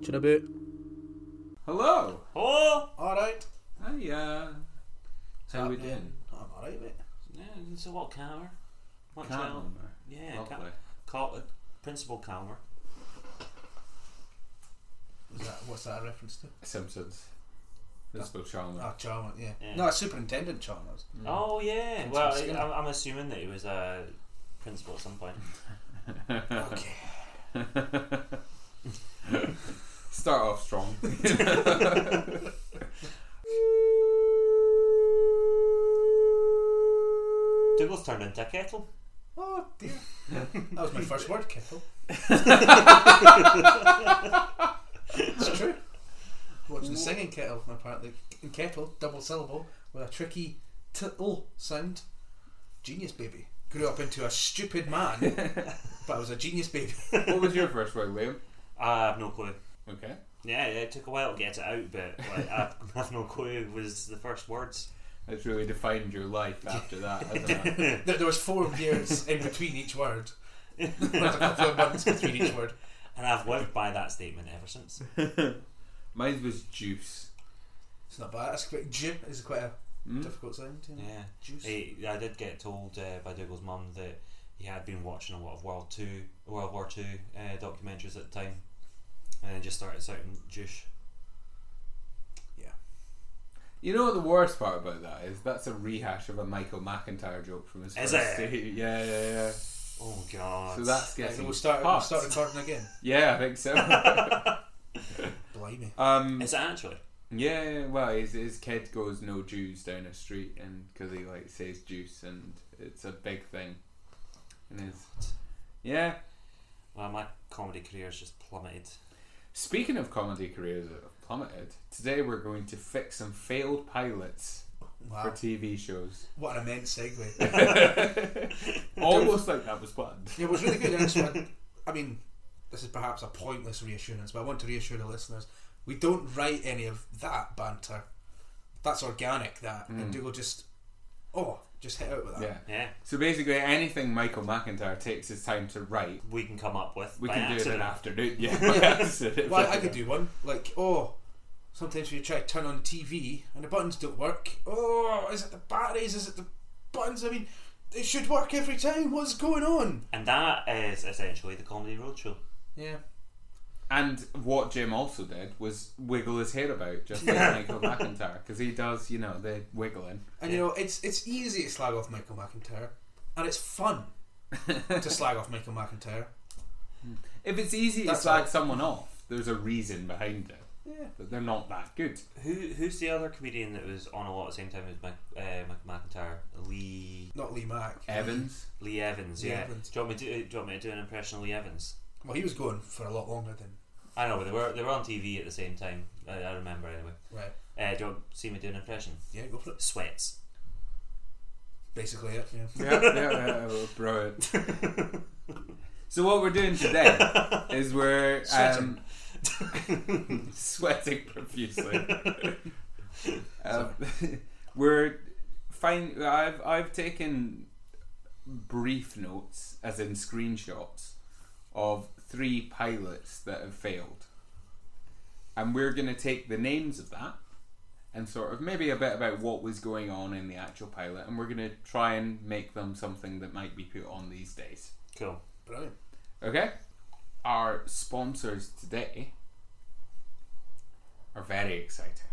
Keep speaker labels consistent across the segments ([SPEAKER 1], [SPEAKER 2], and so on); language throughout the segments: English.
[SPEAKER 1] Chinaboot.
[SPEAKER 2] Hello.
[SPEAKER 3] Oh,
[SPEAKER 1] Alright.
[SPEAKER 2] Hey, uh, how we doing?
[SPEAKER 1] I'm alright, mate.
[SPEAKER 3] yeah, it's a lot calmer. Much
[SPEAKER 2] Calm.
[SPEAKER 3] calmer. Yeah,
[SPEAKER 2] Lovely.
[SPEAKER 3] cal- cal- uh, principal calmer.
[SPEAKER 1] Was that, what's that a reference to?
[SPEAKER 2] Simpsons. Principal Chalmers.
[SPEAKER 1] Oh, Chalmers, yeah.
[SPEAKER 3] Yeah.
[SPEAKER 1] No, Superintendent Chalmers.
[SPEAKER 3] Oh yeah. Well, I,
[SPEAKER 1] Skinner.
[SPEAKER 3] I'm- I'm assuming that he was a principal at some point.
[SPEAKER 1] okay.
[SPEAKER 2] Oh. Start off strong.
[SPEAKER 3] Dougal's turned into a kettle.
[SPEAKER 1] Oh, dear. that was my first word, Kittle. it's true. Watching the singing kettle, apparently. In kettle, double syllable, with a tricky tittle sound. Genius baby. Grew up into a stupid man, but I was a genius baby.
[SPEAKER 2] what was your first word, Liam?
[SPEAKER 3] I have no clue.
[SPEAKER 2] Okay.
[SPEAKER 3] Yeah, it took a while to get it out, but like, I have no clue. Was the first words.
[SPEAKER 2] It's really defined your life after that, hasn't it?
[SPEAKER 1] There, there was four years in between each word. There was a couple of months between each word.
[SPEAKER 3] And I've lived by that statement ever since.
[SPEAKER 2] Mine was juice.
[SPEAKER 1] It's not bad. That's quite, ju is quite a
[SPEAKER 2] Hmm?
[SPEAKER 1] difficult sound. You know?
[SPEAKER 3] Yeah.
[SPEAKER 1] Juice.
[SPEAKER 3] He, I did get told uh, by Dougal's mum that he had been watching a lot of World Two, World War Two uh, documentaries at the time, and then just started shouting "juice."
[SPEAKER 2] You know what the worst part about that is? That's a rehash of a Michael McIntyre joke from his
[SPEAKER 3] Is
[SPEAKER 2] first
[SPEAKER 3] it?
[SPEAKER 2] day. Yeah, yeah, yeah.
[SPEAKER 3] Oh God!
[SPEAKER 2] So that's
[SPEAKER 1] Right,
[SPEAKER 2] getting
[SPEAKER 1] we'll start, we'll
[SPEAKER 2] hot.
[SPEAKER 1] start recording again.
[SPEAKER 2] Yeah, I think so.
[SPEAKER 1] Blimey.
[SPEAKER 2] um,
[SPEAKER 3] is it actually?
[SPEAKER 2] yeah, well, his, his kid goes no Jews down a street, and because he like says juice, and it's a big thing. And his yeah.
[SPEAKER 3] Well, my comedy career's just plummeted.
[SPEAKER 2] Speaking of comedy careers that have plummeted, today we're going to fix some failed pilots for
[SPEAKER 1] Wow.
[SPEAKER 2] TV shows.
[SPEAKER 1] What an immense segue.
[SPEAKER 2] Almost like that was planned.
[SPEAKER 1] it was really good. And this one, I mean, this is perhaps a pointless reassurance, but I want to reassure the listeners we don't write any of that banter. That's organic, that. And Dougal just, oh, just hit out with that.
[SPEAKER 2] Hmm. Yeah.
[SPEAKER 3] Yeah,
[SPEAKER 2] So basically, anything Michael McIntyre takes his time to write,
[SPEAKER 3] we can come up with.
[SPEAKER 2] we
[SPEAKER 3] by
[SPEAKER 2] can do it in
[SPEAKER 3] accident.
[SPEAKER 2] an afternoon. Yeah. by accident.
[SPEAKER 1] Well, I could do one. Like, oh, sometimes we try to turn on TV and the buttons don't work. Oh, is it the batteries? Is it the buttons? I mean, it should work every time. What's going on?
[SPEAKER 3] And that is essentially the comedy roadshow.
[SPEAKER 1] Yeah.
[SPEAKER 2] And what Jim also did was wiggle his hair about, just like Michael McIntyre, because he does, you know, the wiggling.
[SPEAKER 1] And you know, it's it's easy to slag off Michael McIntyre, and it's fun to slag off Michael McIntyre.
[SPEAKER 2] If it's easy
[SPEAKER 1] That's
[SPEAKER 2] to slag
[SPEAKER 1] right.
[SPEAKER 2] someone off, there's a reason behind it.
[SPEAKER 1] Yeah.
[SPEAKER 2] But they're not that good.
[SPEAKER 3] Who who's the other comedian that was on a lot at the same time as Mike, uh, Mike McIntyre? Lee
[SPEAKER 1] Not Lee Mack.
[SPEAKER 2] Evans.
[SPEAKER 3] Lee Evans.
[SPEAKER 1] Lee
[SPEAKER 3] yeah.
[SPEAKER 1] Evans.
[SPEAKER 3] Do you want me to do you want me to do an impression of Lee Evans?
[SPEAKER 1] Well, he was going for a lot longer than
[SPEAKER 3] I know, but they were they were on TV at the same time. I, I remember anyway.
[SPEAKER 1] right.
[SPEAKER 3] Uh, do you want to see me do an impression?
[SPEAKER 1] Yeah, go for it.
[SPEAKER 3] Sweats.
[SPEAKER 1] Basically, it. Yeah.
[SPEAKER 2] yeah, yeah, yeah, well, brilliant. so what we're doing today is we're um, sweating profusely. Um, we're fine. I've I've taken brief notes, as in screenshots, of three pilots that have failed, and we're going to take the names of that and sort of maybe a bit about what was going on in the actual pilot, and we're going to try and make them something that might be put on these days.
[SPEAKER 3] Cool.
[SPEAKER 1] Brilliant.
[SPEAKER 2] Okay? Our sponsors today are very exciting.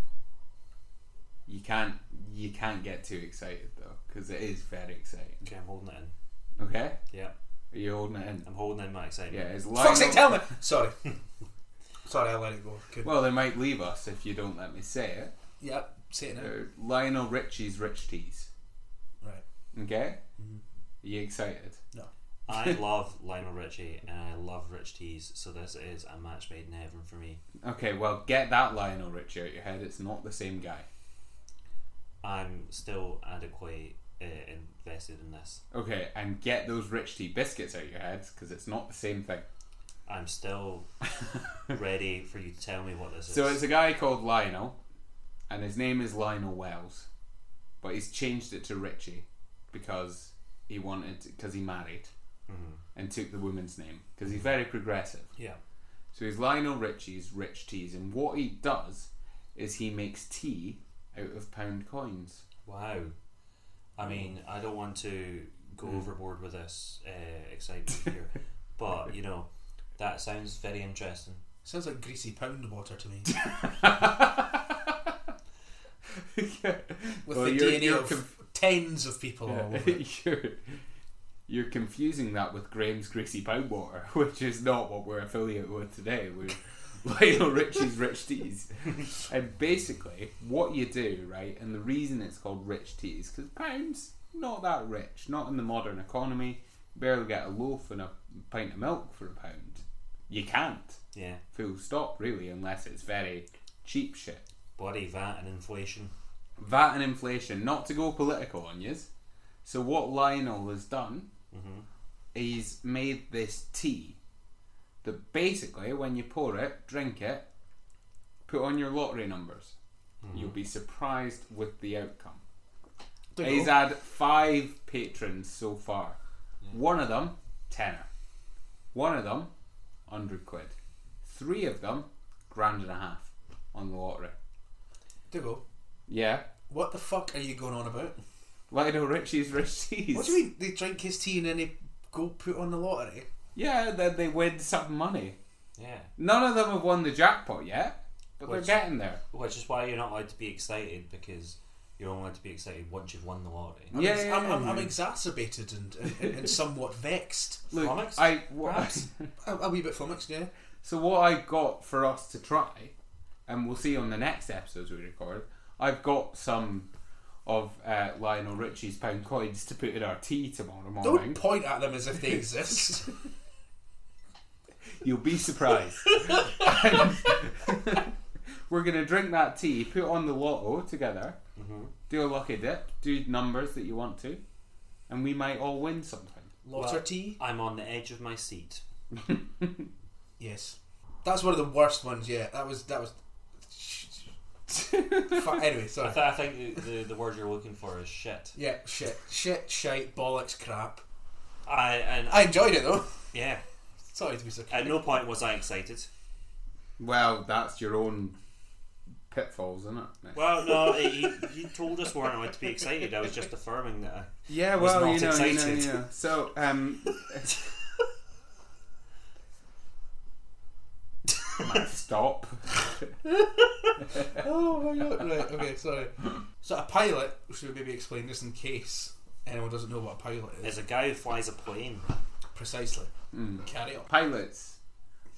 [SPEAKER 2] You can't you can't get too excited though, because it is very exciting.
[SPEAKER 3] Okay, I'm holding it in.
[SPEAKER 2] Okay?
[SPEAKER 3] Yeah,
[SPEAKER 2] Are you holding it in?
[SPEAKER 3] I'm holding in my excitement.
[SPEAKER 2] Yeah, it's
[SPEAKER 1] Fuck's sake,
[SPEAKER 2] Lionel.
[SPEAKER 1] tell me. Sorry. Sorry, I let it go. Good.
[SPEAKER 2] Well, they might leave us if you don't let me say it.
[SPEAKER 1] yeah, say it now.
[SPEAKER 2] Uh, Lionel Richie's Rich Teas.
[SPEAKER 1] Right.
[SPEAKER 2] Okay?
[SPEAKER 1] Mm-hmm.
[SPEAKER 2] Are you excited?
[SPEAKER 3] I love Lionel Richie and I love Rich Tees, so this is a match made in heaven for me.
[SPEAKER 2] Okay, well, get that Lionel Richie out your head. It's not the same guy.
[SPEAKER 3] I'm still adequately uh, invested in this.
[SPEAKER 2] Okay, and get those rich tea biscuits out your heads because it's not the same thing.
[SPEAKER 3] I'm still ready for you to tell me what this
[SPEAKER 2] So
[SPEAKER 3] is.
[SPEAKER 2] it's a guy called Lionel, and his name is Lionel Wells, but he's changed it to Richie because he wanted because he married and took the woman's name because he's very progressive.
[SPEAKER 3] yeah.
[SPEAKER 2] So he's Lionel Richie's rich teas, and what he does is he makes tea out of pound coins.
[SPEAKER 3] Wow. I mean, I don't want to go overboard with this uh, excitement here, but you know, that sounds very interesting.
[SPEAKER 1] Sounds like greasy pound water to me. With
[SPEAKER 2] Well,
[SPEAKER 1] the
[SPEAKER 2] you're-
[SPEAKER 1] DNA
[SPEAKER 2] you're
[SPEAKER 1] of
[SPEAKER 2] conf-
[SPEAKER 1] tens of people all over it.
[SPEAKER 2] you're, you're confusing that with Graham's Greasy Pound Water, which is not what we're affiliated with today. We're Lionel Richie's Rich Teas. and basically, what you do, right, and the reason it's called Rich Teas, because pounds, not that rich, not in the modern economy. You barely get a loaf and a pint of milk for a pound. You can't,
[SPEAKER 3] Yeah,
[SPEAKER 2] full stop, really, unless it's very cheap shit.
[SPEAKER 3] body VAT and inflation.
[SPEAKER 2] VAT and inflation, not to go political on yous. So what Lionel has done is made this tea that basically when you pour it, drink it, put on your lottery numbers. You'll be surprised with the outcome.
[SPEAKER 1] There you
[SPEAKER 2] He's
[SPEAKER 1] go.
[SPEAKER 2] had five patrons so far. One of them, tenner. One of them, hundred quid. Three of them, grand and a half on the lottery.
[SPEAKER 1] There you go.
[SPEAKER 2] Yeah.
[SPEAKER 1] What the fuck are you going on about?
[SPEAKER 2] Lionel Richie's rich teas.
[SPEAKER 1] What do you mean they drink his tea and then they go put on the lottery?
[SPEAKER 2] Yeah, then they win some money.
[SPEAKER 3] Yeah,
[SPEAKER 2] None of them have won the jackpot yet, but
[SPEAKER 3] Which-
[SPEAKER 2] they're getting there.
[SPEAKER 3] which is why you're not allowed to be excited because you're only allowed to be excited once you've won the lottery.
[SPEAKER 1] I'm,
[SPEAKER 2] yeah,
[SPEAKER 1] ex-
[SPEAKER 2] yeah,
[SPEAKER 1] I'm, I'm,
[SPEAKER 2] yeah.
[SPEAKER 1] I'm exacerbated and, and, and somewhat vexed.
[SPEAKER 2] Look,
[SPEAKER 3] flummoxed,
[SPEAKER 2] I what,
[SPEAKER 3] perhaps?
[SPEAKER 1] A, a wee bit flummoxed, yeah.
[SPEAKER 2] so what I got for us to try, and we'll see on the next episodes we record. I've got some of uh, Lionel Richie's pound coins to put in our tea tomorrow morning.
[SPEAKER 1] Don't point at them as if they exist.
[SPEAKER 2] You'll be surprised. We're gonna drink that tea, put on the lotto together, do a lucky dip, do numbers that you want to, and we might all win something.
[SPEAKER 1] Lotter
[SPEAKER 3] Well,
[SPEAKER 1] tea?
[SPEAKER 3] I'm on the edge of my seat.
[SPEAKER 1] Yes. That's one of the worst ones, yeah. That was. that was. Fuck, anyway,
[SPEAKER 3] I,
[SPEAKER 1] sorry.
[SPEAKER 3] th- I think the, the, the word you're looking for is shit.
[SPEAKER 1] Yeah, shit. Shit, shite, bollocks, crap.
[SPEAKER 3] I and
[SPEAKER 1] I enjoyed it though.
[SPEAKER 3] yeah.
[SPEAKER 1] Sorry to be so.
[SPEAKER 3] At no point was I excited.
[SPEAKER 2] Well, that's your own pitfalls, isn't it? mate?
[SPEAKER 3] Well, no, he, he told us we weren't allowed to be excited. I was just affirming that. uh, I,
[SPEAKER 2] yeah,
[SPEAKER 3] was
[SPEAKER 2] well,
[SPEAKER 3] not
[SPEAKER 2] you know, you know,
[SPEAKER 3] excited.
[SPEAKER 2] you know. So, um, Matt, stop.
[SPEAKER 1] Oh my god! Right. Okay. Sorry. So a pilot. Should we maybe explain this in case anyone doesn't know what a pilot is?
[SPEAKER 3] There's a guy who flies a plane.
[SPEAKER 1] Precisely.
[SPEAKER 2] Hmm.
[SPEAKER 1] Carry on.
[SPEAKER 2] Pilots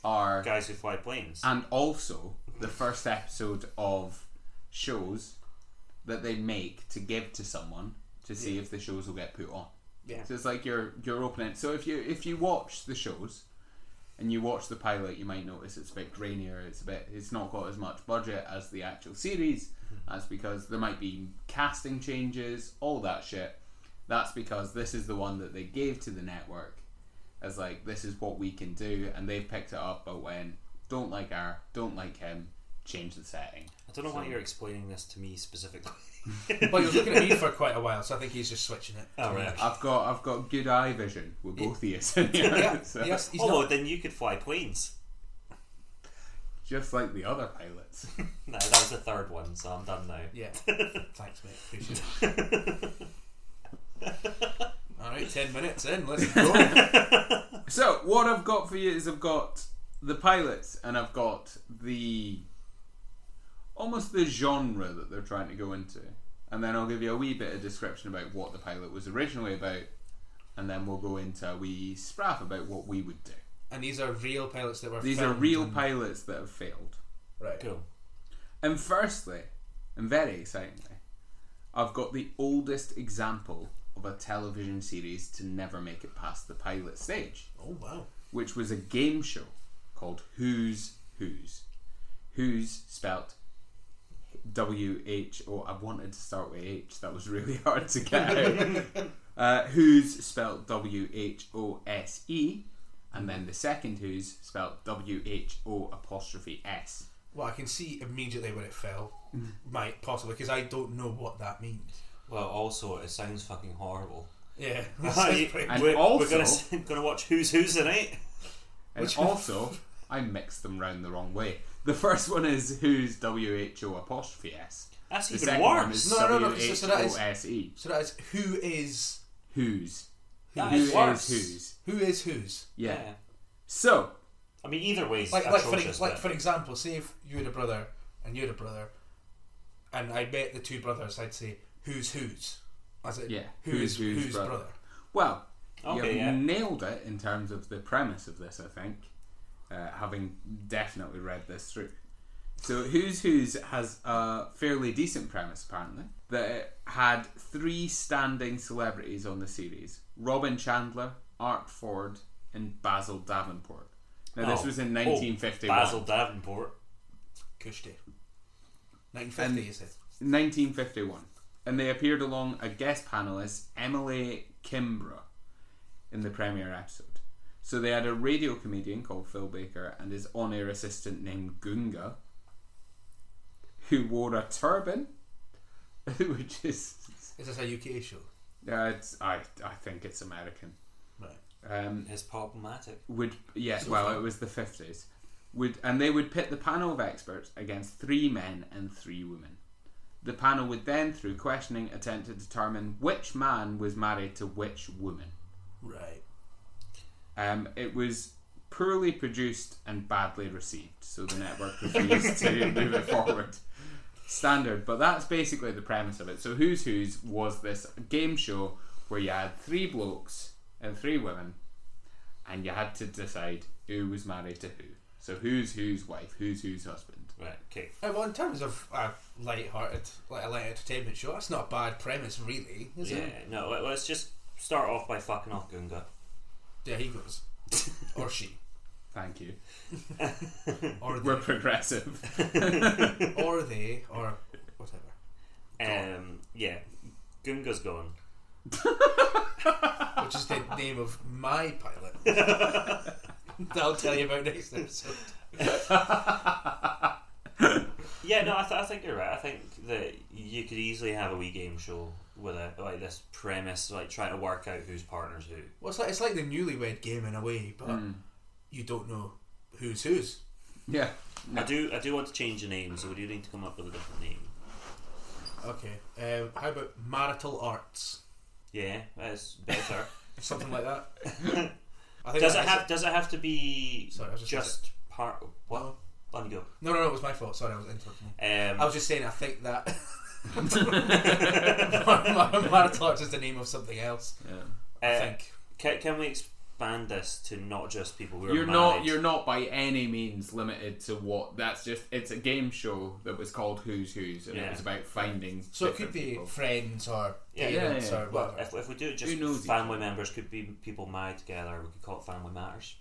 [SPEAKER 2] are
[SPEAKER 3] Guys who fly planes.
[SPEAKER 2] and also the first episode of shows that they make to give to someone to see if the shows will get put on.
[SPEAKER 1] Yeah.
[SPEAKER 2] So it's like your your opening. So if you if you watch the shows and you watch the pilot, you might notice it's a bit grainier. It's a bit it's not got as much budget as the actual series. That's because there might be casting changes, all that shit. That's because this is the one that they gave to the network as like this is what we can do, and they've picked it up. But when don't like her, don't like him, change the setting.
[SPEAKER 3] I don't know why you're explaining this to me specifically.
[SPEAKER 1] Well, you're looking at me for quite a while, so I think he's just switching it.
[SPEAKER 3] Oh, right.
[SPEAKER 2] I've got I've got good eye vision. We're both of us. yeah,
[SPEAKER 1] Yeah. Yes. He's
[SPEAKER 3] Although
[SPEAKER 1] not.
[SPEAKER 3] then you could fly planes.
[SPEAKER 2] just like the other pilots.
[SPEAKER 3] No, that was the third one, so I'm done now.
[SPEAKER 1] Yeah. Thanks, mate. Appreciate it. All right. Ten minutes in. Let's go.
[SPEAKER 2] So what I've got for you is I've got the pilots and I've got the almost the genre that they're trying to go into. And then I'll give you a wee bit of description about what the pilot was originally about, and then we'll go into a wee spraff about what we would do.
[SPEAKER 1] and these are real pilots that were.
[SPEAKER 2] These are
[SPEAKER 1] filmed
[SPEAKER 2] real
[SPEAKER 1] and-
[SPEAKER 2] pilots that have failed.
[SPEAKER 1] Right.
[SPEAKER 3] Cool.
[SPEAKER 2] And firstly, and very excitingly, I've got the oldest example of a television series to never make it past the pilot stage.
[SPEAKER 1] Oh wow.
[SPEAKER 2] which was a game show called Who's Who's. Who's spelt W H O. I wanted to start with H. That was really hard to get out. uh, who's spelt W H O S E, and then the second Who's spelt W H O apostrophe S.
[SPEAKER 1] Well, I can see immediately when it fell.
[SPEAKER 2] Mm.
[SPEAKER 1] Might possibly because I don't know what that means.
[SPEAKER 3] Well, also, it sounds fucking horrible.
[SPEAKER 1] Yeah.
[SPEAKER 3] we're
[SPEAKER 2] And
[SPEAKER 3] we're
[SPEAKER 2] also-
[SPEAKER 3] gonna, s- gonna watch Who's Who's tonight.
[SPEAKER 2] And
[SPEAKER 1] Which-
[SPEAKER 2] also, I mixed them round the wrong way. The first one is who's WHO apostrophe S.
[SPEAKER 3] That's
[SPEAKER 2] The
[SPEAKER 3] even
[SPEAKER 2] second one
[SPEAKER 3] worse.
[SPEAKER 2] is
[SPEAKER 1] No, no, no, so- so that is-
[SPEAKER 2] W-H-O-S-E.
[SPEAKER 1] So that is who is
[SPEAKER 2] E. Who's.
[SPEAKER 3] That
[SPEAKER 2] Who
[SPEAKER 3] is
[SPEAKER 2] is
[SPEAKER 3] worse.
[SPEAKER 2] who's.
[SPEAKER 1] who is whose.
[SPEAKER 2] Yeah. So,
[SPEAKER 3] I mean, either way is
[SPEAKER 1] Like, like, for,
[SPEAKER 3] atrocious.
[SPEAKER 1] ex- like for example, say if you had a brother and you had a brother, and I met the two brothers, I'd say who's whose. As in,
[SPEAKER 2] Yeah,
[SPEAKER 1] who
[SPEAKER 2] who's
[SPEAKER 1] is
[SPEAKER 2] whose
[SPEAKER 1] whose
[SPEAKER 2] brother.
[SPEAKER 1] brother.
[SPEAKER 2] well,
[SPEAKER 3] Okay,
[SPEAKER 2] you've
[SPEAKER 3] yeah.
[SPEAKER 2] nailed it in terms of the premise of this, I think, uh, having definitely read this through. So, Who's Who's has a fairly decent premise, apparently, that it had three standing celebrities on the series Robin Chandler, Art Ford, and Basil Davenport. Now, this
[SPEAKER 3] Oh.
[SPEAKER 2] was in
[SPEAKER 3] Oh,
[SPEAKER 2] 1951.
[SPEAKER 3] Basil Davenport.
[SPEAKER 1] Kushti. 1950, you said.
[SPEAKER 2] 1951, and they appeared along a guest panelist, Emily Kimbra, in the premiere episode. So they had a radio comedian called Phil Baker and his on air assistant named Gunga, who wore a turban, which is.
[SPEAKER 1] Is this a UK show?
[SPEAKER 2] Uh, it's, I, I think it's American.
[SPEAKER 1] Right.
[SPEAKER 2] Um,
[SPEAKER 3] It's problematic.
[SPEAKER 2] would yeah well it was the 50s would and they would pit the panel of experts against three men and three women the panel would then through questioning attempt to determine which man was married to which woman
[SPEAKER 1] Right.
[SPEAKER 2] um, it was poorly produced and badly received so the network refused to move it forward standard but that's basically the premise of it so who's who's was this game show where you had three blokes and three women and you had to decide who was married to who. So who's whose wife, who's whose husband.
[SPEAKER 3] Right, okay.
[SPEAKER 1] Uh, well, in terms of a light-hearted, like a light entertainment show, that's not a bad premise, really, is
[SPEAKER 3] yeah,
[SPEAKER 1] it?
[SPEAKER 3] no, let, us just start off by fucking off Gunga.
[SPEAKER 1] Yeah, he goes, or she,
[SPEAKER 2] Thank you.
[SPEAKER 1] or
[SPEAKER 2] We're
[SPEAKER 1] they,
[SPEAKER 2] progressive.
[SPEAKER 1] or they, or whatever.
[SPEAKER 3] Um, yeah, Gunga's gone.
[SPEAKER 1] Which is the name of my pilot. that I'll tell you about next episode.
[SPEAKER 3] Yeah, no, I, th- I think you're right. I think that you could easily have a wee game show with a like this premise, like trying to work out whose partner's who.
[SPEAKER 1] Well, it's like it's like the newlywed game in a way, but you don't know who's whose.
[SPEAKER 2] yeah.
[SPEAKER 3] I do, I do want to change the name, so we do need to come up with a different name.
[SPEAKER 1] Okay. Um, how about marital arts?
[SPEAKER 3] Yeah, that's better.
[SPEAKER 1] Something like that. I think
[SPEAKER 3] does
[SPEAKER 1] that
[SPEAKER 3] it
[SPEAKER 1] is
[SPEAKER 3] have? Does it have to be
[SPEAKER 1] Sorry, I was
[SPEAKER 3] just,
[SPEAKER 1] just gonna
[SPEAKER 3] part? What? On you go.
[SPEAKER 1] No, no, no. It was my fault. Sorry, I was interrupting. you.
[SPEAKER 3] Um,
[SPEAKER 1] I was just saying. I think that marital arts is the name of something else.
[SPEAKER 2] Yeah.
[SPEAKER 1] I
[SPEAKER 3] uh,
[SPEAKER 1] think.
[SPEAKER 3] Can, can we expand this to not just people who are
[SPEAKER 2] You're
[SPEAKER 3] married?
[SPEAKER 2] not you're not by any means limited to what that's just it's a game show that was called Who's Who's and
[SPEAKER 3] Yeah.
[SPEAKER 2] it was about finding
[SPEAKER 1] So it could
[SPEAKER 2] different
[SPEAKER 1] be
[SPEAKER 2] people.
[SPEAKER 1] friends or
[SPEAKER 3] Yeah,
[SPEAKER 2] yeah,
[SPEAKER 1] parents
[SPEAKER 2] yeah.
[SPEAKER 1] or
[SPEAKER 3] Well,
[SPEAKER 1] whatever.
[SPEAKER 3] if, if we do it just
[SPEAKER 2] Who knows each
[SPEAKER 3] family members could be people married together. We could call it family matters.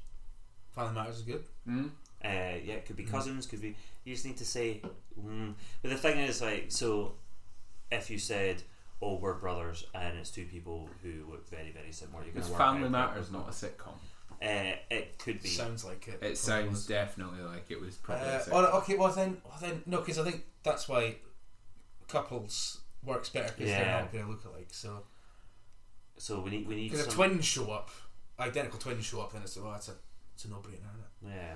[SPEAKER 1] Family matters is good.
[SPEAKER 2] Mm?
[SPEAKER 3] Uh, yeah, it could be cousins. Could be. You just need to say. Mm. But the thing is, like, so if you said, "Oh, we're brothers," and it's two people who look very, very similar, you're going
[SPEAKER 2] It's
[SPEAKER 3] to work
[SPEAKER 2] Family
[SPEAKER 3] out-
[SPEAKER 2] Matters not a sitcom.
[SPEAKER 3] Uh, it could be.
[SPEAKER 1] Sounds like it.
[SPEAKER 2] It
[SPEAKER 1] probably.
[SPEAKER 2] sounds definitely like it was probably a
[SPEAKER 1] Uh,
[SPEAKER 2] sitcom.
[SPEAKER 1] oh, okay, well then, well then, no, because I think that's why couples works better because
[SPEAKER 3] Yeah.
[SPEAKER 1] they're not going to look alike. So
[SPEAKER 3] so we need. We need.
[SPEAKER 1] because if
[SPEAKER 3] Some,
[SPEAKER 1] twins show up, identical twins show up, then it's well, it's a it's a no brainer, isn't it?
[SPEAKER 3] yeah.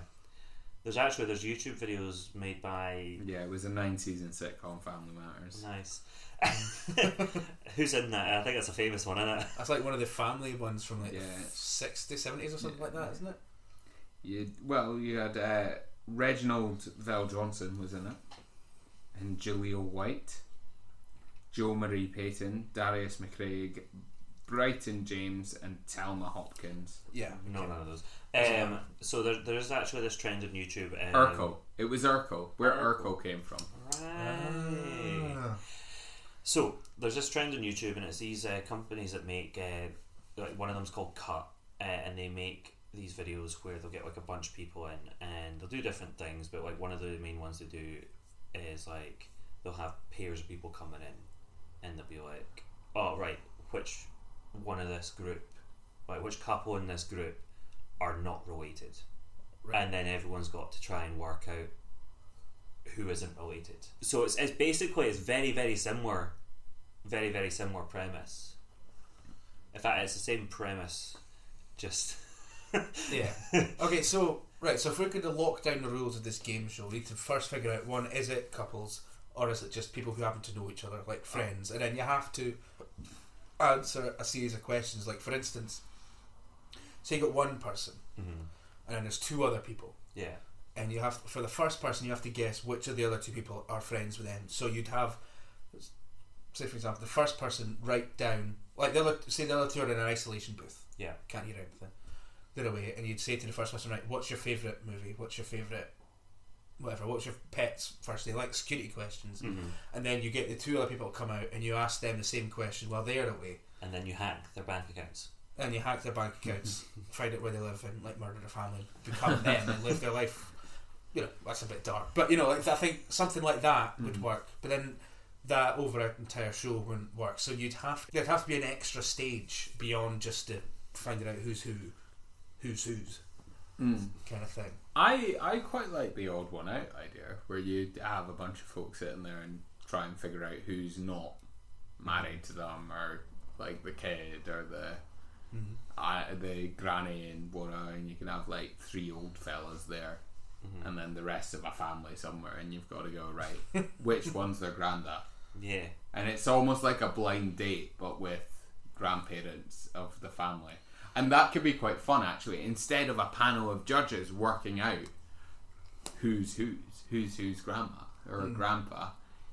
[SPEAKER 3] There's actually there's YouTube videos made by
[SPEAKER 2] yeah, it was a nine season sitcom Family Matters.
[SPEAKER 3] nice. Who's in that? I think that's a famous one, isn't it?
[SPEAKER 1] That's like one of the family ones from like the
[SPEAKER 2] Yeah.
[SPEAKER 1] 60s, 70s or something like that, isn't it?
[SPEAKER 2] You, well, you had uh, Reginald Val Johnson was in it, and Jaleel White, Joe Marie Payton, Darius McCraig, Brighton James, and Talma Hopkins.
[SPEAKER 1] Yeah.
[SPEAKER 3] No, none of those. Um, so there, there is actually this trend on YouTube. Um,
[SPEAKER 2] Urkel. It was Urkel. Where Urkel came from.
[SPEAKER 3] Right.
[SPEAKER 1] Ah.
[SPEAKER 3] So there's this trend on YouTube, and it's these uh, companies that make uh, like one of them's called Cut, uh, and they make these videos where they'll get like a bunch of people in, and they'll do different things. But like one of the main ones they do is like they'll have pairs of people coming in, and they'll be like, "Oh right, which one of this group, like which couple in this group, are not related," and then everyone's got to try and work out who isn't related. So it's, it's basically it's very very similar, very very similar premise. In fact, it's the same premise, just
[SPEAKER 1] Yeah. okay, so Right, so if we're going to lock down the rules of this game show, we need to first figure out one, is it couples or is it just people who happen to know each other, like friends? And then you have to answer a series of questions. Like, for instance, say you got one person
[SPEAKER 3] Mhm.
[SPEAKER 1] and then there's two other people.
[SPEAKER 3] Yeah.
[SPEAKER 1] And you have, for the first person, you have to guess which of the other two people are friends with them. So you'd have, say for example, the first person write down, like the other, say the other two are in an isolation booth
[SPEAKER 3] Yeah.
[SPEAKER 1] can't hear anything. They're away, and you'd say to the first person, right, what's your favourite movie? What's your favourite whatever? What's your pet's first name? Like security questions.
[SPEAKER 3] Mhm.
[SPEAKER 1] And then you get the two other people come out and you ask them the same question while they're away.
[SPEAKER 3] And then you hack their bank accounts.
[SPEAKER 1] And you hack their bank accounts, find out where they live, and like murder their family, become them, and live their life. You know, that's a bit dark. But you know, like, I think something like that would work. But then that over an entire show wouldn't work. So you'd have there'd have to be an extra stage beyond just to finding out who's who, who's who's
[SPEAKER 2] Mm.
[SPEAKER 1] kind of thing.
[SPEAKER 2] I I quite like the odd one out idea where you have a bunch of folks sitting there and try and figure out who's not married to them or like the kid or the I the granny and whatever, and you can have like three old fellas there. And then the rest of a family somewhere, and you've got to go right. which one's their granddad?
[SPEAKER 3] Yeah.
[SPEAKER 2] and it's almost like a blind date but with grandparents of the family and that could be quite fun actually instead of a panel of judges working out who's who's who's who's grandma or
[SPEAKER 1] Hmm.
[SPEAKER 2] grandpa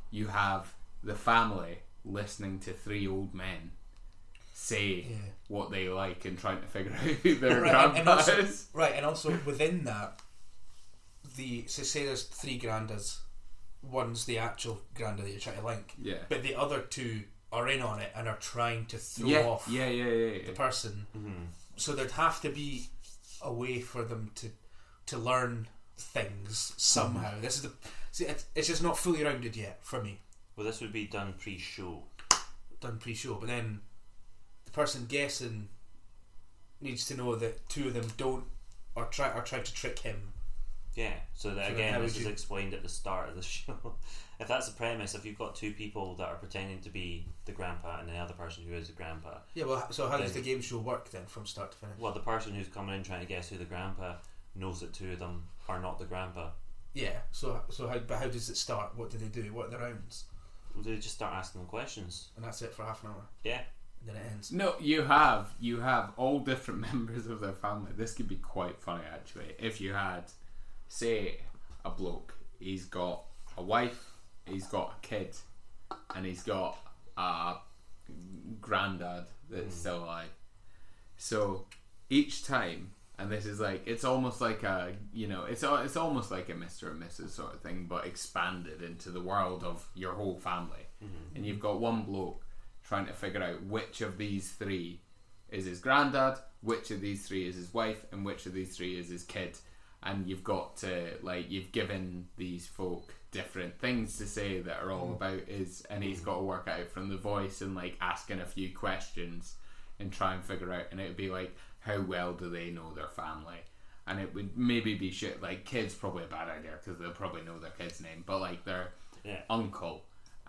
[SPEAKER 2] you have the family listening to three old men say
[SPEAKER 1] Yeah.
[SPEAKER 2] what they like and trying to figure out who their
[SPEAKER 1] Right, and- and
[SPEAKER 2] grandpa
[SPEAKER 1] also-
[SPEAKER 2] is
[SPEAKER 1] Right, and also within that, the so say there's three grandas, one's the actual granda that you're trying to link,
[SPEAKER 2] yeah
[SPEAKER 1] but the other two are in on it and are trying to throw
[SPEAKER 2] yeah,
[SPEAKER 1] off
[SPEAKER 2] yeah yeah yeah yeah
[SPEAKER 1] the person. So there'd have to be a way for them to to learn things somehow. This is the see, it's, it's just not fully rounded yet for me.
[SPEAKER 3] Well, this would be done pre-show.
[SPEAKER 1] done pre-show, but then the person guessing needs to know that two of them don't or try or tried to trick him.
[SPEAKER 3] Yeah. So that
[SPEAKER 1] So
[SPEAKER 3] again,
[SPEAKER 1] how
[SPEAKER 3] this
[SPEAKER 1] would
[SPEAKER 3] is
[SPEAKER 1] you-
[SPEAKER 3] explained at the start of the show. if that's the premise, if you've got two people that are pretending to be the grandpa and the other person who is the grandpa,
[SPEAKER 1] Yeah, well, so how does the
[SPEAKER 3] Then-
[SPEAKER 1] game show work then, from start to finish?
[SPEAKER 3] well, the person who's coming in trying to guess who the grandpa knows that two of them are not the grandpa.
[SPEAKER 1] Yeah, so so how but how does it start? What do they do? What are the rounds?
[SPEAKER 3] Well, They just start asking them questions.
[SPEAKER 1] And that's it for half an hour,
[SPEAKER 3] Yeah.
[SPEAKER 1] and then it ends.
[SPEAKER 2] No, you have you have all different members of their family. This could be quite funny actually. If you had, say, a bloke, he's got a wife, he's got a kid, and he's got a granddad that's still alive. So each time, and this is like it's almost like a you know it's al- it's almost like a Mister and Mrs. sort of thing, but expanded into the world of your whole family, and you've got one bloke trying to figure out which of these three is his granddad, which of these three is his wife, and which of these three is his kid. And you've got to like you've given these folk different things to say that are all about his, and he's got to work out from the voice and like asking a few questions and try and figure out. And it would be like, how well do they know their family? And it would maybe be shit like kids probably a bad idea because they'll probably know their kid's name, but like their
[SPEAKER 3] Yeah.
[SPEAKER 2] uncle.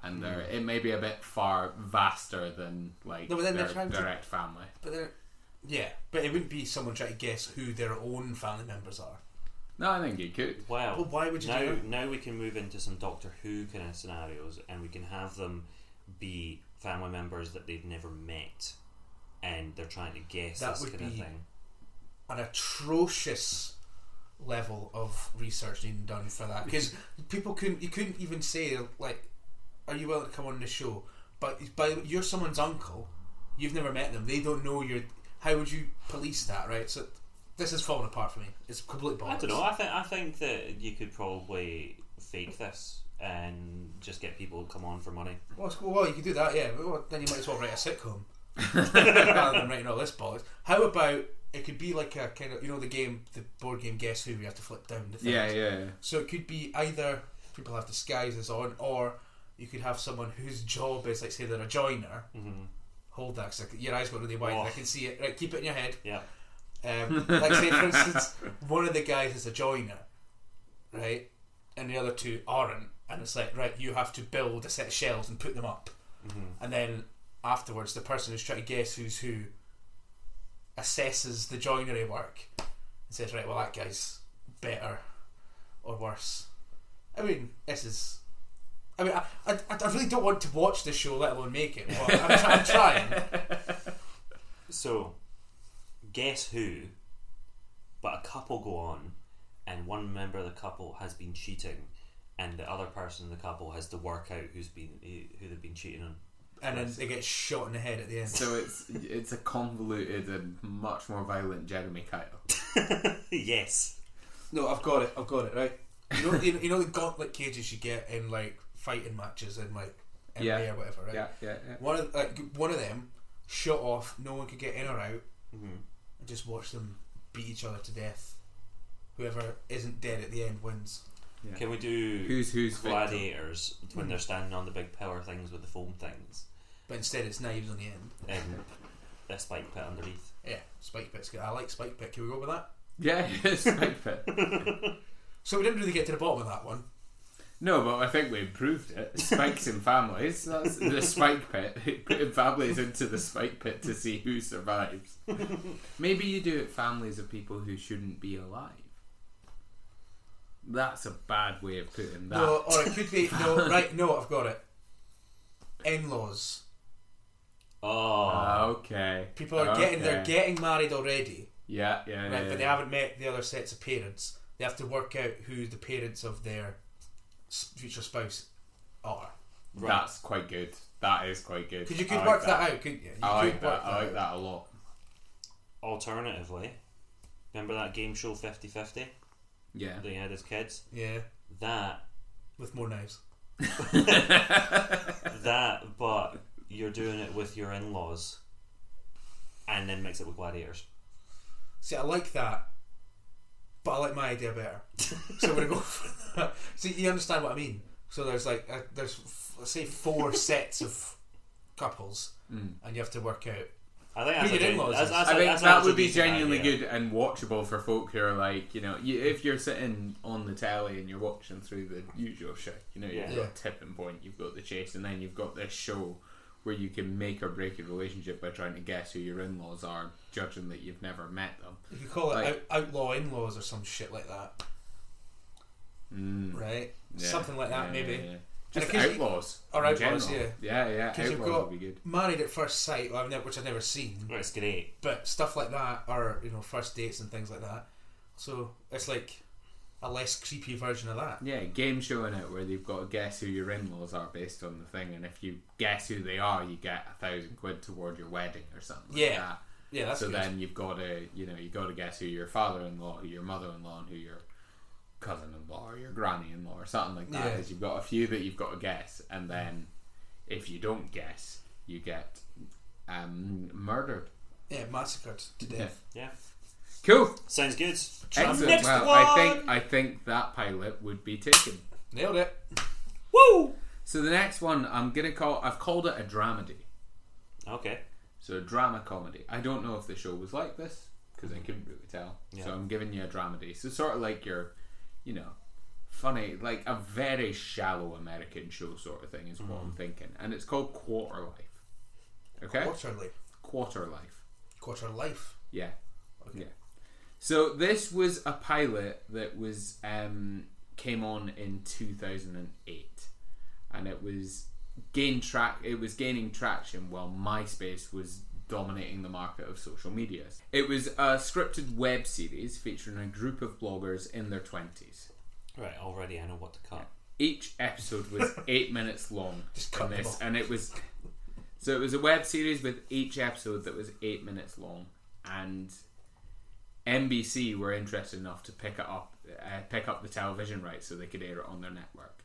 [SPEAKER 2] And their it may be a bit far vaster than like
[SPEAKER 1] Hmm. No, but then
[SPEAKER 2] their
[SPEAKER 1] they're trying to-
[SPEAKER 2] direct family.
[SPEAKER 1] But then, yeah, but it wouldn't be someone trying to guess who their own family members are.
[SPEAKER 2] No, I think you could.
[SPEAKER 3] Well,
[SPEAKER 1] Well, why would you
[SPEAKER 3] now,
[SPEAKER 1] do it?
[SPEAKER 3] Now we can move into some Doctor Who kind of scenarios, and we can have them be family members that they've never met, and they're trying to guess
[SPEAKER 1] That
[SPEAKER 3] this
[SPEAKER 1] would
[SPEAKER 3] kind of
[SPEAKER 1] be-
[SPEAKER 3] thing.
[SPEAKER 1] An atrocious level of research being done for that because people couldn't you couldn't even say like, "Are you willing to come on the show?" But by you're someone's uncle, you've never met them. They don't know you're. How would you police that, right? So this is falling apart for me. It's completely bonkers.
[SPEAKER 3] I don't know. I think I think that you could probably fake this and just get people to come on for money.
[SPEAKER 1] Well, it's- well, you could do that, yeah. But well, then you might as well write a sitcom rather than writing all this bollocks. How about it could be like a kind of you know the game, the board game Guess Who? We have to flip down the thing.
[SPEAKER 2] Yeah, yeah.
[SPEAKER 1] So it could be either people have disguises on, or you could have someone whose job is like say they're a joiner.
[SPEAKER 3] Mm-hmm.
[SPEAKER 1] Hold that, 'cause I c- your eyes got really wide. and I
[SPEAKER 3] Oh.
[SPEAKER 1] can see it. Right, keep it in your head.
[SPEAKER 3] Yeah.
[SPEAKER 1] Um, like say for instance, one of the guys is a joiner, right, and the other two aren't, and it's like right, you have to build a set of shelves and put them up, and then afterwards the person who's trying to guess who's who assesses the joinery work and says right, well that guy's better or worse. I mean, this is. I mean, I, I, I really don't want to watch this show, let alone make it. But I'm, try- I'm trying.
[SPEAKER 3] So, guess who? But a couple go on, and one member of the couple has been cheating, and the other person in the couple has to work out who's been who who they've been cheating on.
[SPEAKER 1] And then they get shot in the head at the end.
[SPEAKER 2] So it's it's a convoluted and much more violent Jeremy Kyle.
[SPEAKER 3] yes.
[SPEAKER 1] No, I've got it. I've got it right. You know, you, you know the gauntlet cages you get in like fighting matches in like MMA
[SPEAKER 2] Yeah.
[SPEAKER 1] or whatever, right?
[SPEAKER 2] Yeah, yeah, yeah.
[SPEAKER 1] One of like, one of them shut off. No one could get in or out,
[SPEAKER 2] Mm-hmm.
[SPEAKER 3] hmm
[SPEAKER 1] and just watch them beat each other to death. Whoever isn't dead at the end wins.
[SPEAKER 2] Yeah.
[SPEAKER 3] Can we do
[SPEAKER 2] Who's who's victim? Hmm.
[SPEAKER 3] gladiators when they're standing on the big pillar things with the foam things Um,
[SPEAKER 1] But instead, it's knives on the end.
[SPEAKER 3] and a spike pit underneath?
[SPEAKER 1] Yeah, spike pit's good. I like spike pit. Can we go with that?
[SPEAKER 2] Yeah, it's Spike Pit.
[SPEAKER 1] So we didn't really get to the bottom of that one.
[SPEAKER 2] No, but I think we improved it. Spikes in families. That's the Spike Pit. Putting families into the Spike Pit to see who survives. Maybe you do it families of people who shouldn't be alive. That's a bad way of putting that.
[SPEAKER 1] No, or it could be no. Right, no, I've got it. In-laws.
[SPEAKER 3] Oh,
[SPEAKER 2] Ah, okay.
[SPEAKER 1] People are getting. They're
[SPEAKER 2] Oh, Okay.
[SPEAKER 1] getting married already.
[SPEAKER 2] Yeah, yeah,
[SPEAKER 1] Right,
[SPEAKER 2] yeah,
[SPEAKER 1] but they
[SPEAKER 2] yeah.
[SPEAKER 1] haven't met the other sets of parents. They have to work out who the parents of their s- future spouse are.
[SPEAKER 3] right.
[SPEAKER 2] That's quite good. That is quite good.
[SPEAKER 1] Because you could
[SPEAKER 2] I like
[SPEAKER 1] work that. out, couldn't you? you
[SPEAKER 2] I like
[SPEAKER 1] could
[SPEAKER 2] that. I
[SPEAKER 1] out.
[SPEAKER 2] like that a lot.
[SPEAKER 3] Alternatively, remember that game show 50 50
[SPEAKER 2] Yeah.
[SPEAKER 3] they had as kids?
[SPEAKER 1] Yeah,
[SPEAKER 3] That,
[SPEAKER 1] with more knives.
[SPEAKER 3] that, but you're doing it with your in laws and then mix it with gladiators.
[SPEAKER 1] See, I like that, but I like my idea better. so we're gonna go. For that. See, you understand what I mean? So there's like uh, there's f- let's say four sets of couples,
[SPEAKER 2] Hmm.
[SPEAKER 1] and you have to work out.
[SPEAKER 3] I think that's
[SPEAKER 1] your
[SPEAKER 3] a good,
[SPEAKER 1] in-laws
[SPEAKER 3] that's,
[SPEAKER 1] is.
[SPEAKER 3] that's
[SPEAKER 2] I
[SPEAKER 3] a-
[SPEAKER 2] think
[SPEAKER 3] that's
[SPEAKER 2] that
[SPEAKER 3] actually
[SPEAKER 2] would be
[SPEAKER 3] decent
[SPEAKER 2] genuinely
[SPEAKER 3] idea.
[SPEAKER 2] good and watchable for folk who are like, you know, you, if you're sitting on the telly and you're watching through the usual shit, you know, you've
[SPEAKER 3] Yeah.
[SPEAKER 2] got
[SPEAKER 1] Yeah.
[SPEAKER 2] tipping point, you've got the chase, and then you've got this show where you can make or break your relationship by trying to guess who your in-laws are, judging that you've never met them.
[SPEAKER 1] You could call it
[SPEAKER 2] Like-
[SPEAKER 1] out, outlaw in-laws or some shit like that,
[SPEAKER 2] Mm,
[SPEAKER 1] right?
[SPEAKER 2] yeah,
[SPEAKER 1] Something like that,
[SPEAKER 2] yeah,
[SPEAKER 1] maybe.
[SPEAKER 2] yeah, yeah. Just
[SPEAKER 1] because you-
[SPEAKER 2] outlaws.
[SPEAKER 1] Or
[SPEAKER 2] in
[SPEAKER 1] outlaws,
[SPEAKER 2] general. yeah, yeah. outlaws
[SPEAKER 1] Because you've got
[SPEAKER 2] would be good.
[SPEAKER 1] Married at First Sight, well, I've never, which I've never seen,
[SPEAKER 3] Right, It's great.
[SPEAKER 1] but stuff like that, or you know, first dates and things like that. So it's like a less creepy version of that.
[SPEAKER 2] Yeah, game showing it where they've got to guess who your in-laws are based on the thing, and if you guess who they are, you get a thousand quid toward your wedding or something. like
[SPEAKER 1] Yeah,
[SPEAKER 2] that.
[SPEAKER 1] Yeah, that's
[SPEAKER 2] so
[SPEAKER 1] good.
[SPEAKER 2] then you've got to, you know, you got to guess who your father-in-law, who your mother-in-law, and who your cousin-in-law or your granny-in-law or something like that.
[SPEAKER 1] Yeah.
[SPEAKER 2] Is you've got a few that you've got to guess, and then if you don't guess, you get um, murdered.
[SPEAKER 1] yeah, massacred to death.
[SPEAKER 3] Yeah.
[SPEAKER 2] Cool.
[SPEAKER 3] Sounds good.
[SPEAKER 2] Excellent.
[SPEAKER 3] Next
[SPEAKER 2] well,
[SPEAKER 3] one!
[SPEAKER 2] I think I think that pilot would be taken.
[SPEAKER 1] Nailed it.
[SPEAKER 3] Woo!
[SPEAKER 2] So the next one I'm gonna call I've called it a dramedy.
[SPEAKER 3] Okay.
[SPEAKER 2] So a drama comedy. I don't know if the show was like this because I couldn't really tell. So
[SPEAKER 3] Yeah.
[SPEAKER 2] I'm giving you a dramedy. So sort of like your, you know, funny like a very shallow American show sort of thing is what I'm thinking, and it's called Quarter Life. Okay,
[SPEAKER 1] Quarterly.
[SPEAKER 2] Quarter Life.
[SPEAKER 1] Quarter life.
[SPEAKER 2] Yeah. Yeah. So this was a pilot that was um, came on in 2008, and it was gain track. It was gaining traction while MySpace was dominating the market of social media. It was a scripted web series featuring a group of bloggers in their 20s.
[SPEAKER 3] Right, already I know what to cut.
[SPEAKER 2] Each episode was eight minutes long.
[SPEAKER 1] Just
[SPEAKER 2] in
[SPEAKER 1] cut them
[SPEAKER 2] this,
[SPEAKER 1] off.
[SPEAKER 2] and it was so it was a web series with each episode that was eight minutes long, and NBC were interested enough to pick it up, uh, pick up the television rights so they could air it on their network.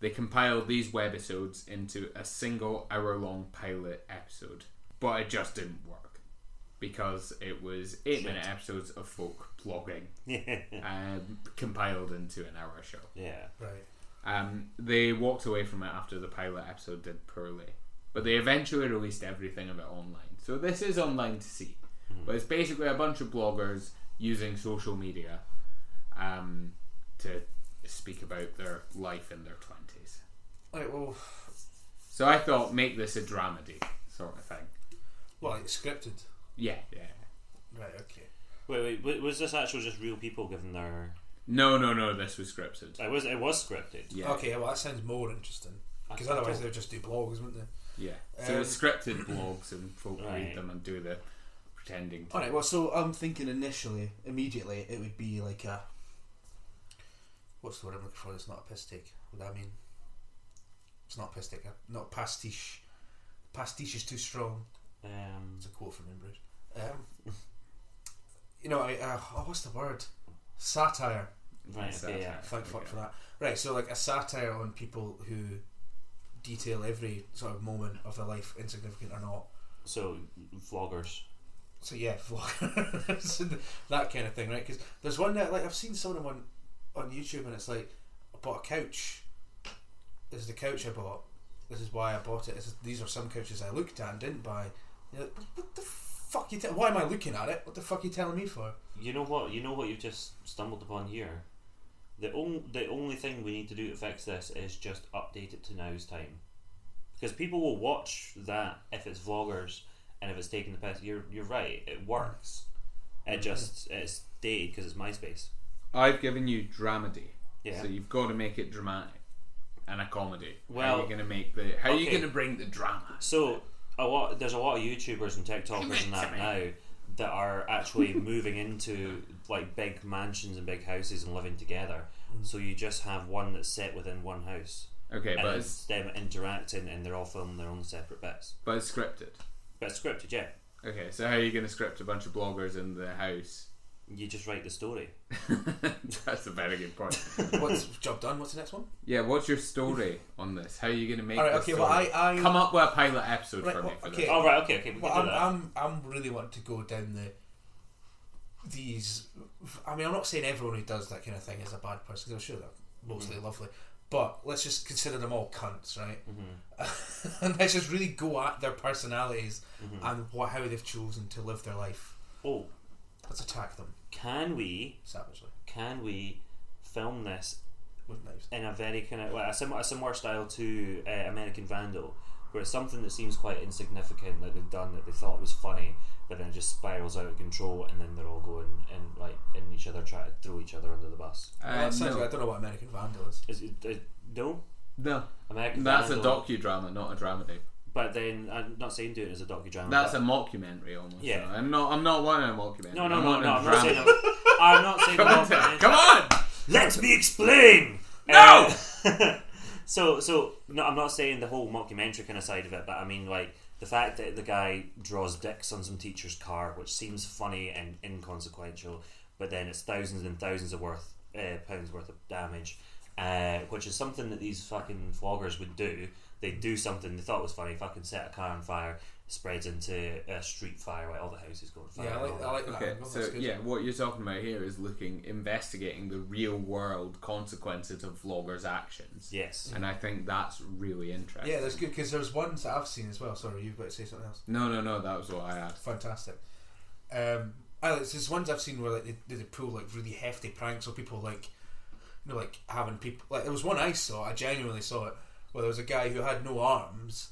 [SPEAKER 2] They compiled these webisodes into a single hour-long pilot episode, but it just didn't work because it was eight-minute episodes of folk blogging um, compiled into an hour show.
[SPEAKER 3] yeah.
[SPEAKER 1] Right.
[SPEAKER 2] Um, they walked away from it after the pilot episode did poorly, but they eventually released everything of it online. So this is online to see, but it's basically a bunch of bloggers using social media um, to speak about their life in their twenties.
[SPEAKER 1] Right, well,
[SPEAKER 2] So I thought make this a dramedy sort of thing.
[SPEAKER 1] well, it's scripted.
[SPEAKER 2] Yeah, yeah.
[SPEAKER 1] Right, okay.
[SPEAKER 3] Wait, wait, wa- was this actual just real people giving their
[SPEAKER 2] No, no, no. This was scripted.
[SPEAKER 3] It was it was scripted.
[SPEAKER 2] Yeah,
[SPEAKER 1] Okay, well that sounds more interesting because
[SPEAKER 3] I- I
[SPEAKER 1] otherwise
[SPEAKER 3] don't-
[SPEAKER 1] they would just do blogs, wouldn't they?
[SPEAKER 2] yeah. So it's scripted blogs, and folk
[SPEAKER 3] Right.
[SPEAKER 2] read them and do the pretending.
[SPEAKER 1] All right. Well, so I'm thinking initially, immediately, it would be like a what's the word I'm looking for? It's not a piss take. What do I mean? It's not a piss take. uh, Not pastiche. Pastiche is too strong.
[SPEAKER 3] Um,
[SPEAKER 1] It's a quote from Imbruge. Um, you know, I, uh, oh, what's the word? Satire.
[SPEAKER 3] right.
[SPEAKER 2] Satire.
[SPEAKER 3] Okay, yeah.
[SPEAKER 1] Thank fuck for that. Right, so like a satire on people who detail every sort of moment of their life, insignificant or not.
[SPEAKER 3] So vloggers.
[SPEAKER 1] So yeah, vloggers, and that kind of thing, right? Because there's one that like I've seen someone on on YouTube, and it's like I bought a couch. This is the couch I bought. This is why I bought it. This is, these are some couches I looked at and didn't buy. You're like, what the fuck? You te- why am I looking at it? What the fuck are you telling me for?
[SPEAKER 3] You know what? You know what you've just stumbled upon here. The only the only thing we need to do to fix this is just update it to now's time, because people will watch that if it's vloggers and if it's taking the piss. You're you're right. It works. It just it's dated because it's MySpace.
[SPEAKER 2] I've given you dramedy.
[SPEAKER 3] Yeah.
[SPEAKER 2] So you've got to make it dramatic and a comedy. how
[SPEAKER 3] Well,
[SPEAKER 2] are you going to make the? How are you
[SPEAKER 3] okay.
[SPEAKER 2] going to bring the drama?
[SPEAKER 3] So a lot there's a lot of YouTubers and TikTokers and that now that are actually moving into like big mansions and big houses and living together. So you just have one that's set within one house.
[SPEAKER 2] Okay,
[SPEAKER 3] and
[SPEAKER 2] but
[SPEAKER 3] it's,
[SPEAKER 2] it's
[SPEAKER 3] them interacting and they're all filming their own separate bits.
[SPEAKER 2] but it's scripted.
[SPEAKER 3] But it's scripted, yeah.
[SPEAKER 2] Okay, so how are you going to script a bunch of bloggers in the house?
[SPEAKER 3] You just write the story.
[SPEAKER 2] That's a very good point.
[SPEAKER 1] What's job done? What's the next one?
[SPEAKER 2] Yeah, what's your story on this? How are you going to make
[SPEAKER 1] All right,
[SPEAKER 2] this
[SPEAKER 1] okay,
[SPEAKER 2] story?
[SPEAKER 1] well, I- I-
[SPEAKER 2] Come up with a pilot episode
[SPEAKER 1] Right,
[SPEAKER 2] for me
[SPEAKER 1] well,
[SPEAKER 2] for
[SPEAKER 1] okay.
[SPEAKER 2] this. Uh,
[SPEAKER 3] Oh right, okay, okay, we can
[SPEAKER 1] Well,
[SPEAKER 3] do
[SPEAKER 1] I'm,
[SPEAKER 3] that.
[SPEAKER 1] I'm, I'm really wanting to go down the these. I mean, I'm not saying everyone who does that kind of thing is a bad person. 'cause I'm sure they're mostly
[SPEAKER 3] Mm.
[SPEAKER 1] lovely, but let's just consider them all cunts, right?
[SPEAKER 3] Mm-hmm.
[SPEAKER 1] and let's just really go at their personalities and what how they've chosen to live their life.
[SPEAKER 3] oh,
[SPEAKER 1] Let's attack them
[SPEAKER 3] can we
[SPEAKER 1] savagely
[SPEAKER 3] can we film this
[SPEAKER 1] with knives.
[SPEAKER 3] in a very kind of like a, sim- a similar style to uh, American Vandal, where it's something that seems quite insignificant that they've done that they thought was funny, but then it just spirals out of control, and then they're all going and like in each other trying to throw each other under the bus.
[SPEAKER 2] Uh,
[SPEAKER 1] Well, essentially,
[SPEAKER 2] no.
[SPEAKER 1] I don't know what American Vandal is.
[SPEAKER 3] Is it, uh, no
[SPEAKER 2] no,
[SPEAKER 3] American?
[SPEAKER 2] that's a
[SPEAKER 3] Vandal,
[SPEAKER 2] docudrama, not a dramedy.
[SPEAKER 3] But then I'm not saying do it as a docudrama.
[SPEAKER 2] That's
[SPEAKER 3] but-
[SPEAKER 2] a mockumentary almost.
[SPEAKER 3] Yeah.
[SPEAKER 2] though. I'm not. I'm not wanting a mockumentary.
[SPEAKER 3] no, no,
[SPEAKER 2] I'm
[SPEAKER 3] no,
[SPEAKER 2] wanting
[SPEAKER 3] no.
[SPEAKER 2] a
[SPEAKER 3] I'm not
[SPEAKER 2] drama.
[SPEAKER 3] saying. I'm, I'm not saying.
[SPEAKER 2] Come on,
[SPEAKER 3] that.
[SPEAKER 2] Tim, come on.
[SPEAKER 3] Let me explain.
[SPEAKER 2] No!
[SPEAKER 3] Uh, so, so no, I'm not saying the whole mockumentary kind of side of it, but I mean like the fact that the guy draws dicks on some teacher's car, which seems funny and inconsequential, but then it's thousands and thousands of worth uh, pounds worth of damage, uh, which is something that these fucking vloggers would do. They do something they thought was funny, fucking set a car on fire, spreads into a street fire, like all the houses go on fire.
[SPEAKER 1] Yeah,
[SPEAKER 3] and
[SPEAKER 1] I
[SPEAKER 3] all
[SPEAKER 1] like,
[SPEAKER 3] that.
[SPEAKER 1] I like that.
[SPEAKER 2] Okay,
[SPEAKER 1] angle,
[SPEAKER 2] so
[SPEAKER 1] that's good.
[SPEAKER 2] yeah, what you're talking about here is looking, investigating the real world consequences of vloggers' actions.
[SPEAKER 3] yes.
[SPEAKER 2] And I think that's really interesting.
[SPEAKER 1] yeah, that's good because there's ones that I've seen as well. Sorry, you've got to say something else.
[SPEAKER 2] No, no, no, that was what I asked.
[SPEAKER 1] fantastic. Um, Alex, there's ones I've seen where like they, they they pull like really hefty pranks or people like, you know, like having people like there was one I saw, I genuinely saw it, where there was a guy who had no arms,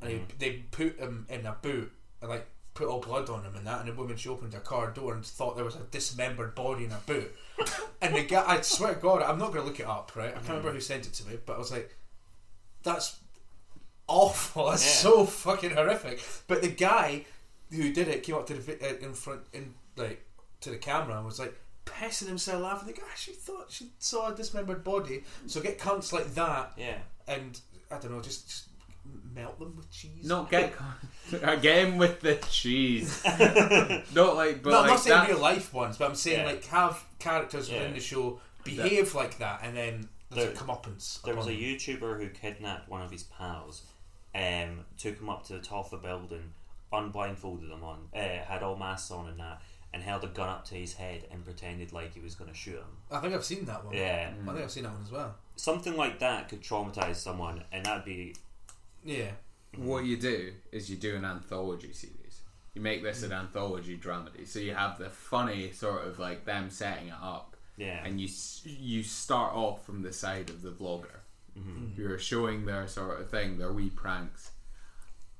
[SPEAKER 1] and he, they put him in a boot and like put all blood on him and that, and a woman she opened her car door and thought there was a dismembered body in her boot, and the guy, I swear to God, I'm not gonna look it up, right? I can't remember who sent it to me, but I was like, that's awful. That's
[SPEAKER 3] Yeah.
[SPEAKER 1] so fucking horrific. But the guy who did it came up to the vi- uh, in front in like to the camera and was like pissing himself laughing. Like, ah, she thought she saw a dismembered body. So get cunts like that
[SPEAKER 3] Yeah.
[SPEAKER 1] and I don't know, just, just melt them with cheese.
[SPEAKER 2] Not get again with the cheese. Not like, but
[SPEAKER 1] no, I'm
[SPEAKER 2] like
[SPEAKER 1] not saying
[SPEAKER 2] that-
[SPEAKER 1] real life ones, but I'm saying
[SPEAKER 3] Yeah.
[SPEAKER 1] like have characters within
[SPEAKER 3] Yeah.
[SPEAKER 1] the show behave like that, and then there's a
[SPEAKER 3] There-
[SPEAKER 1] comeuppance.
[SPEAKER 3] There was a
[SPEAKER 1] upon them.
[SPEAKER 3] YouTuber who kidnapped one of his pals, um, took him up to the top of the building, unblindfolded him on, uh, had all masks on and that, and held a gun up to his head and pretended like he was going to shoot him.
[SPEAKER 1] I think I've seen that one.
[SPEAKER 3] Yeah.
[SPEAKER 1] I think I've seen that one as well.
[SPEAKER 3] Something like that could traumatize someone, and that'd be
[SPEAKER 1] Yeah,
[SPEAKER 2] what you do is you do an anthology series. You make this an anthology dramedy, so you have the funny sort of like them setting it up,
[SPEAKER 3] yeah,
[SPEAKER 2] and you s- you start off from the side of the vlogger. You're showing their sort of thing, their wee pranks,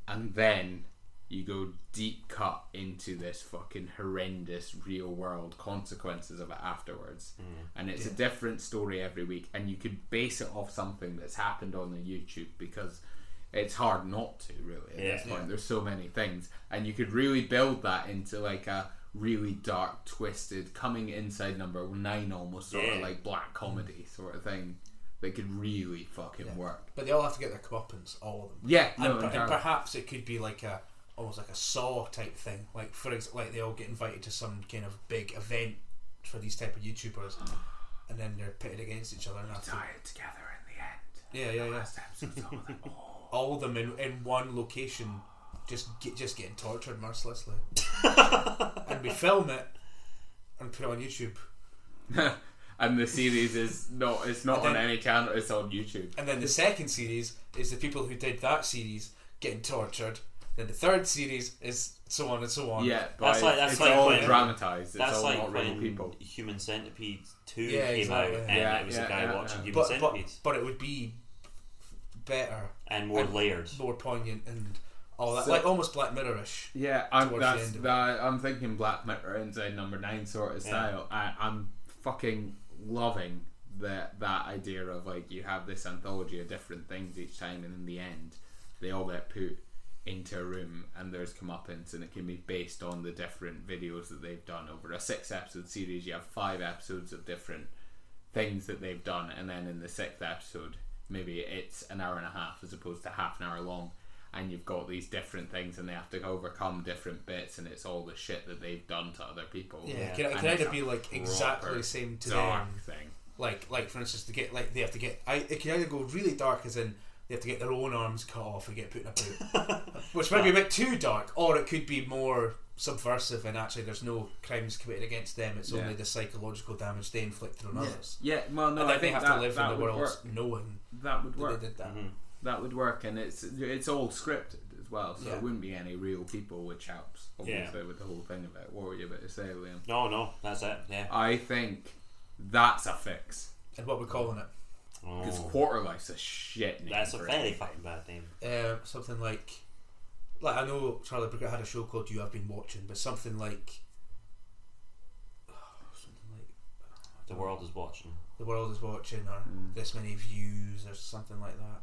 [SPEAKER 2] and then you go deep cut into this fucking horrendous real world consequences of it afterwards.
[SPEAKER 3] Mm.
[SPEAKER 2] And it's a different story every week, and you could base it off something that's happened on the YouTube because it's hard not to really at this
[SPEAKER 3] Yeah.
[SPEAKER 2] point. There's so many things, and you could really build that into like a really dark, twisted, coming inside number nine almost sort of
[SPEAKER 3] Yeah.
[SPEAKER 2] like black comedy sort of thing that could really fucking work.
[SPEAKER 1] But they all have to get their comeuppance, all of them.
[SPEAKER 2] Yeah, no,
[SPEAKER 1] and, per- and
[SPEAKER 2] entirely.
[SPEAKER 1] perhaps it could be like a almost like a saw type thing. Like for ex- like they all get invited to some kind of big event for these type of YouTubers, and then they're pitted against each other. And have to,
[SPEAKER 2] tied together in the end.
[SPEAKER 1] yeah, yeah, yeah. All of them in, in one location, just get, just getting tortured mercilessly, and we film it and put it on YouTube,
[SPEAKER 2] and the series is not it's not
[SPEAKER 1] And
[SPEAKER 2] on
[SPEAKER 1] then-
[SPEAKER 2] any channel, it's on YouTube.
[SPEAKER 1] and then the second series is the people who did that series getting tortured. Then the third series is so on and so on.
[SPEAKER 2] Yeah, but
[SPEAKER 3] That's like- that's
[SPEAKER 2] it's
[SPEAKER 3] like
[SPEAKER 2] all
[SPEAKER 3] when-
[SPEAKER 2] dramatized. It's
[SPEAKER 3] That's
[SPEAKER 2] all
[SPEAKER 3] like
[SPEAKER 2] not real
[SPEAKER 3] when
[SPEAKER 2] people.
[SPEAKER 3] Human Centipede Two
[SPEAKER 1] Yeah,
[SPEAKER 3] came
[SPEAKER 1] exactly.
[SPEAKER 3] out, and
[SPEAKER 2] Yeah,
[SPEAKER 3] it was
[SPEAKER 2] yeah,
[SPEAKER 3] a guy
[SPEAKER 2] yeah,
[SPEAKER 3] watching
[SPEAKER 2] yeah.
[SPEAKER 3] Human
[SPEAKER 1] but, but
[SPEAKER 3] Centipede,
[SPEAKER 1] but it would be better
[SPEAKER 3] and more
[SPEAKER 1] and-
[SPEAKER 3] layered.
[SPEAKER 1] more poignant and all that,
[SPEAKER 2] So-
[SPEAKER 1] like almost Black Mirror-ish.
[SPEAKER 2] Yeah, I'm
[SPEAKER 1] towards
[SPEAKER 2] that's
[SPEAKER 1] the end of it.
[SPEAKER 2] that, I'm thinking Black Mirror Inside Number Nine sort of style. I, I'm fucking loving that that idea of like you have this anthology of different things each time, and in the end, they all get put into a room and there's comeuppance, and it can be based on the different videos that they've done over a six episode series. You have five episodes of different things that they've done, and then in the sixth episode, maybe it's an hour and a half as opposed to half an hour long, and you've got these different things, and they have to overcome different bits, and it's all the shit that they've done to other people.
[SPEAKER 1] Yeah,
[SPEAKER 3] Yeah.
[SPEAKER 1] it can, it
[SPEAKER 2] And
[SPEAKER 1] can
[SPEAKER 2] it's
[SPEAKER 1] either
[SPEAKER 2] a
[SPEAKER 1] be like exactly
[SPEAKER 2] proper
[SPEAKER 1] the same to
[SPEAKER 2] dark
[SPEAKER 1] them,
[SPEAKER 2] thing.
[SPEAKER 1] like like for instance, to get like they have to get. I, it can either go really dark, as in they have to get their own arms cut off and get put in a boot, which might be a bit too dark, or it could be more subversive and actually there's no crimes committed against them. It's
[SPEAKER 2] Yeah.
[SPEAKER 1] only the psychological damage they inflicted on others.
[SPEAKER 2] Yeah, well, no,
[SPEAKER 1] and
[SPEAKER 2] I
[SPEAKER 1] then they
[SPEAKER 2] think
[SPEAKER 1] have
[SPEAKER 2] that,
[SPEAKER 1] to live
[SPEAKER 2] that
[SPEAKER 1] in the
[SPEAKER 2] would
[SPEAKER 1] world
[SPEAKER 2] work.
[SPEAKER 1] knowing
[SPEAKER 2] That would
[SPEAKER 1] that
[SPEAKER 2] work. Mm-hmm.
[SPEAKER 1] they did that.
[SPEAKER 2] That would work, and it's it's all scripted as well, so
[SPEAKER 1] Yeah.
[SPEAKER 2] it wouldn't be any real people, which helps obviously with the whole thing about. What were you about to say, Liam?
[SPEAKER 3] No, no, that's it. Yeah.
[SPEAKER 2] I think that's a fix.
[SPEAKER 1] And what we're calling it.
[SPEAKER 2] Because
[SPEAKER 3] Oh,
[SPEAKER 2] Quarter Life's a shit name.
[SPEAKER 3] that's a
[SPEAKER 2] for
[SPEAKER 3] very
[SPEAKER 2] it.
[SPEAKER 3] fucking bad name.
[SPEAKER 1] uh, something like like I know Charlie Brooker had a show called You Have Been Watching, but something like something like
[SPEAKER 3] The world is watching.
[SPEAKER 1] The World Is Watching or This Many Views or something like that.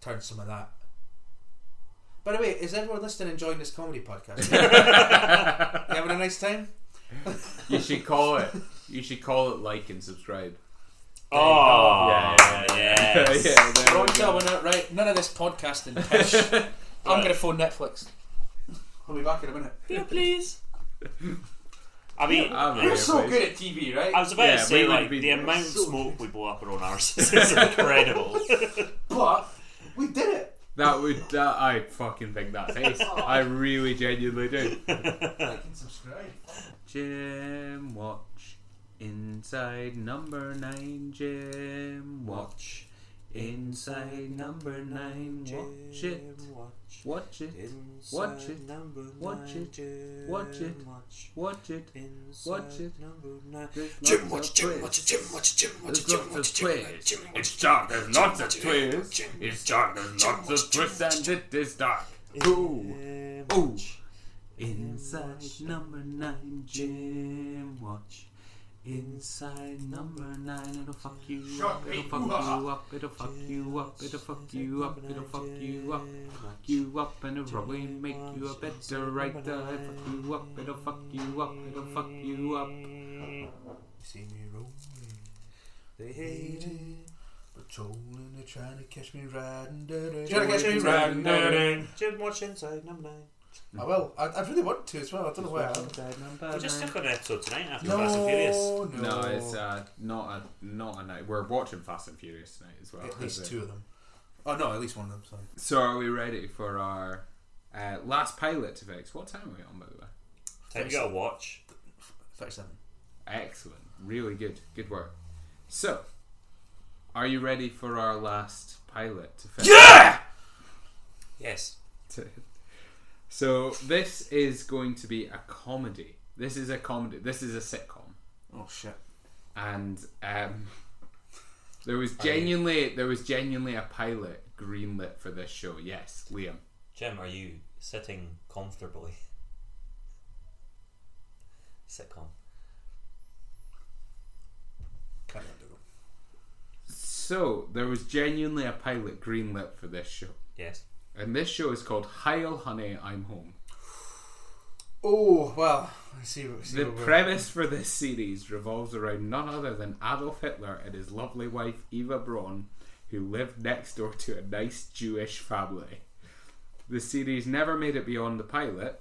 [SPEAKER 1] Turn some of that. By the way, is everyone listening enjoying this comedy podcast? you having a nice time?
[SPEAKER 2] You should call it. You should call it like and subscribe.
[SPEAKER 3] Oh,
[SPEAKER 2] Yeah,
[SPEAKER 3] yes.
[SPEAKER 2] yeah, there
[SPEAKER 1] Ron
[SPEAKER 2] we go.
[SPEAKER 1] Darwin, right? None of this podcasting pish. I'm going to phone Netflix. I'll be back in a minute.
[SPEAKER 3] Here, please. I mean,
[SPEAKER 2] I'm
[SPEAKER 1] You're
[SPEAKER 2] here,
[SPEAKER 1] so
[SPEAKER 2] please.
[SPEAKER 1] good at TV, right?
[SPEAKER 3] I was about
[SPEAKER 2] Yeah,
[SPEAKER 3] to say,
[SPEAKER 2] we would
[SPEAKER 3] like,
[SPEAKER 2] be
[SPEAKER 3] the amount of
[SPEAKER 1] so
[SPEAKER 3] smoke we blow up our own arses is incredible.
[SPEAKER 1] but we did it.
[SPEAKER 2] That would. That, I fucking think that's ace. I really genuinely do.
[SPEAKER 1] I can subscribe.
[SPEAKER 2] Jim Watch. Inside number nine, Jim Watch. Inside number nine, watch it.
[SPEAKER 3] Watch,
[SPEAKER 2] Watch it. Watch it. Watch it. Watch it. Watch it. Watch it.
[SPEAKER 4] Jim watch, Jim watch, Jim watch, Jim watch,
[SPEAKER 2] There's
[SPEAKER 4] Jim
[SPEAKER 2] lots
[SPEAKER 4] watch,
[SPEAKER 2] of
[SPEAKER 4] Jim watch,
[SPEAKER 2] twists.
[SPEAKER 4] Jim watch.
[SPEAKER 2] It's dark. There's lots of twists.
[SPEAKER 4] Jim
[SPEAKER 2] It's dark. There's lots of twists, and it is dark. Ooh, ooh. Inside number nine, Jim Watch. Inside number nine, it'll fuck you up. It'll fuck you up. It'll fuck you up. It'll fuck you up. It'll fuck you up. Fuck you up, and it'll probably make you a better writer. It'll fuck you up. It'll fuck you up. It'll fuck you up.
[SPEAKER 1] See me rolling. They hate it. Patrolling, they're trying to catch me riding dirty. Trying to catch me riding dirty.
[SPEAKER 3] Jim, watch inside number nine.
[SPEAKER 1] I will. Oh, I, I really want to as well. I don't know why. I haven't.
[SPEAKER 3] We're just stuck on an episode tonight after
[SPEAKER 1] No,
[SPEAKER 3] Fast and Furious.
[SPEAKER 1] no.
[SPEAKER 2] No, it's uh, not a not a night. We're watching Fast and Furious tonight as well.
[SPEAKER 1] At
[SPEAKER 2] is
[SPEAKER 1] least
[SPEAKER 2] it?
[SPEAKER 1] two of them. Oh no, at least one of them. Sorry.
[SPEAKER 2] So are we ready for our uh, last pilot to fix? What time are we on, by the way?
[SPEAKER 3] Time you got to watch.
[SPEAKER 1] Thirty-seven.
[SPEAKER 2] Excellent, really good, good work. So, are you ready for our last pilot to fix?
[SPEAKER 3] Yes.
[SPEAKER 2] to- So this is going to be a comedy. This is a comedy. This is a sitcom.
[SPEAKER 1] Oh shit.
[SPEAKER 2] and um, there was genuinely there was genuinely a pilot greenlit for this show. Yes, Liam.
[SPEAKER 3] Jim, are you Sitting comfortably. Sitcom.
[SPEAKER 1] Can't remember.
[SPEAKER 2] So there was genuinely a pilot greenlit for this show,
[SPEAKER 3] Yes.
[SPEAKER 2] and this show is called Heil Honey, I'm Home.
[SPEAKER 1] Oh well, I see what. See
[SPEAKER 2] The
[SPEAKER 1] what we're-
[SPEAKER 2] premise for this series revolves around none other than Adolf Hitler and his lovely wife Eva Braun, who lived next door to a nice Jewish family. The series never made it beyond the pilot,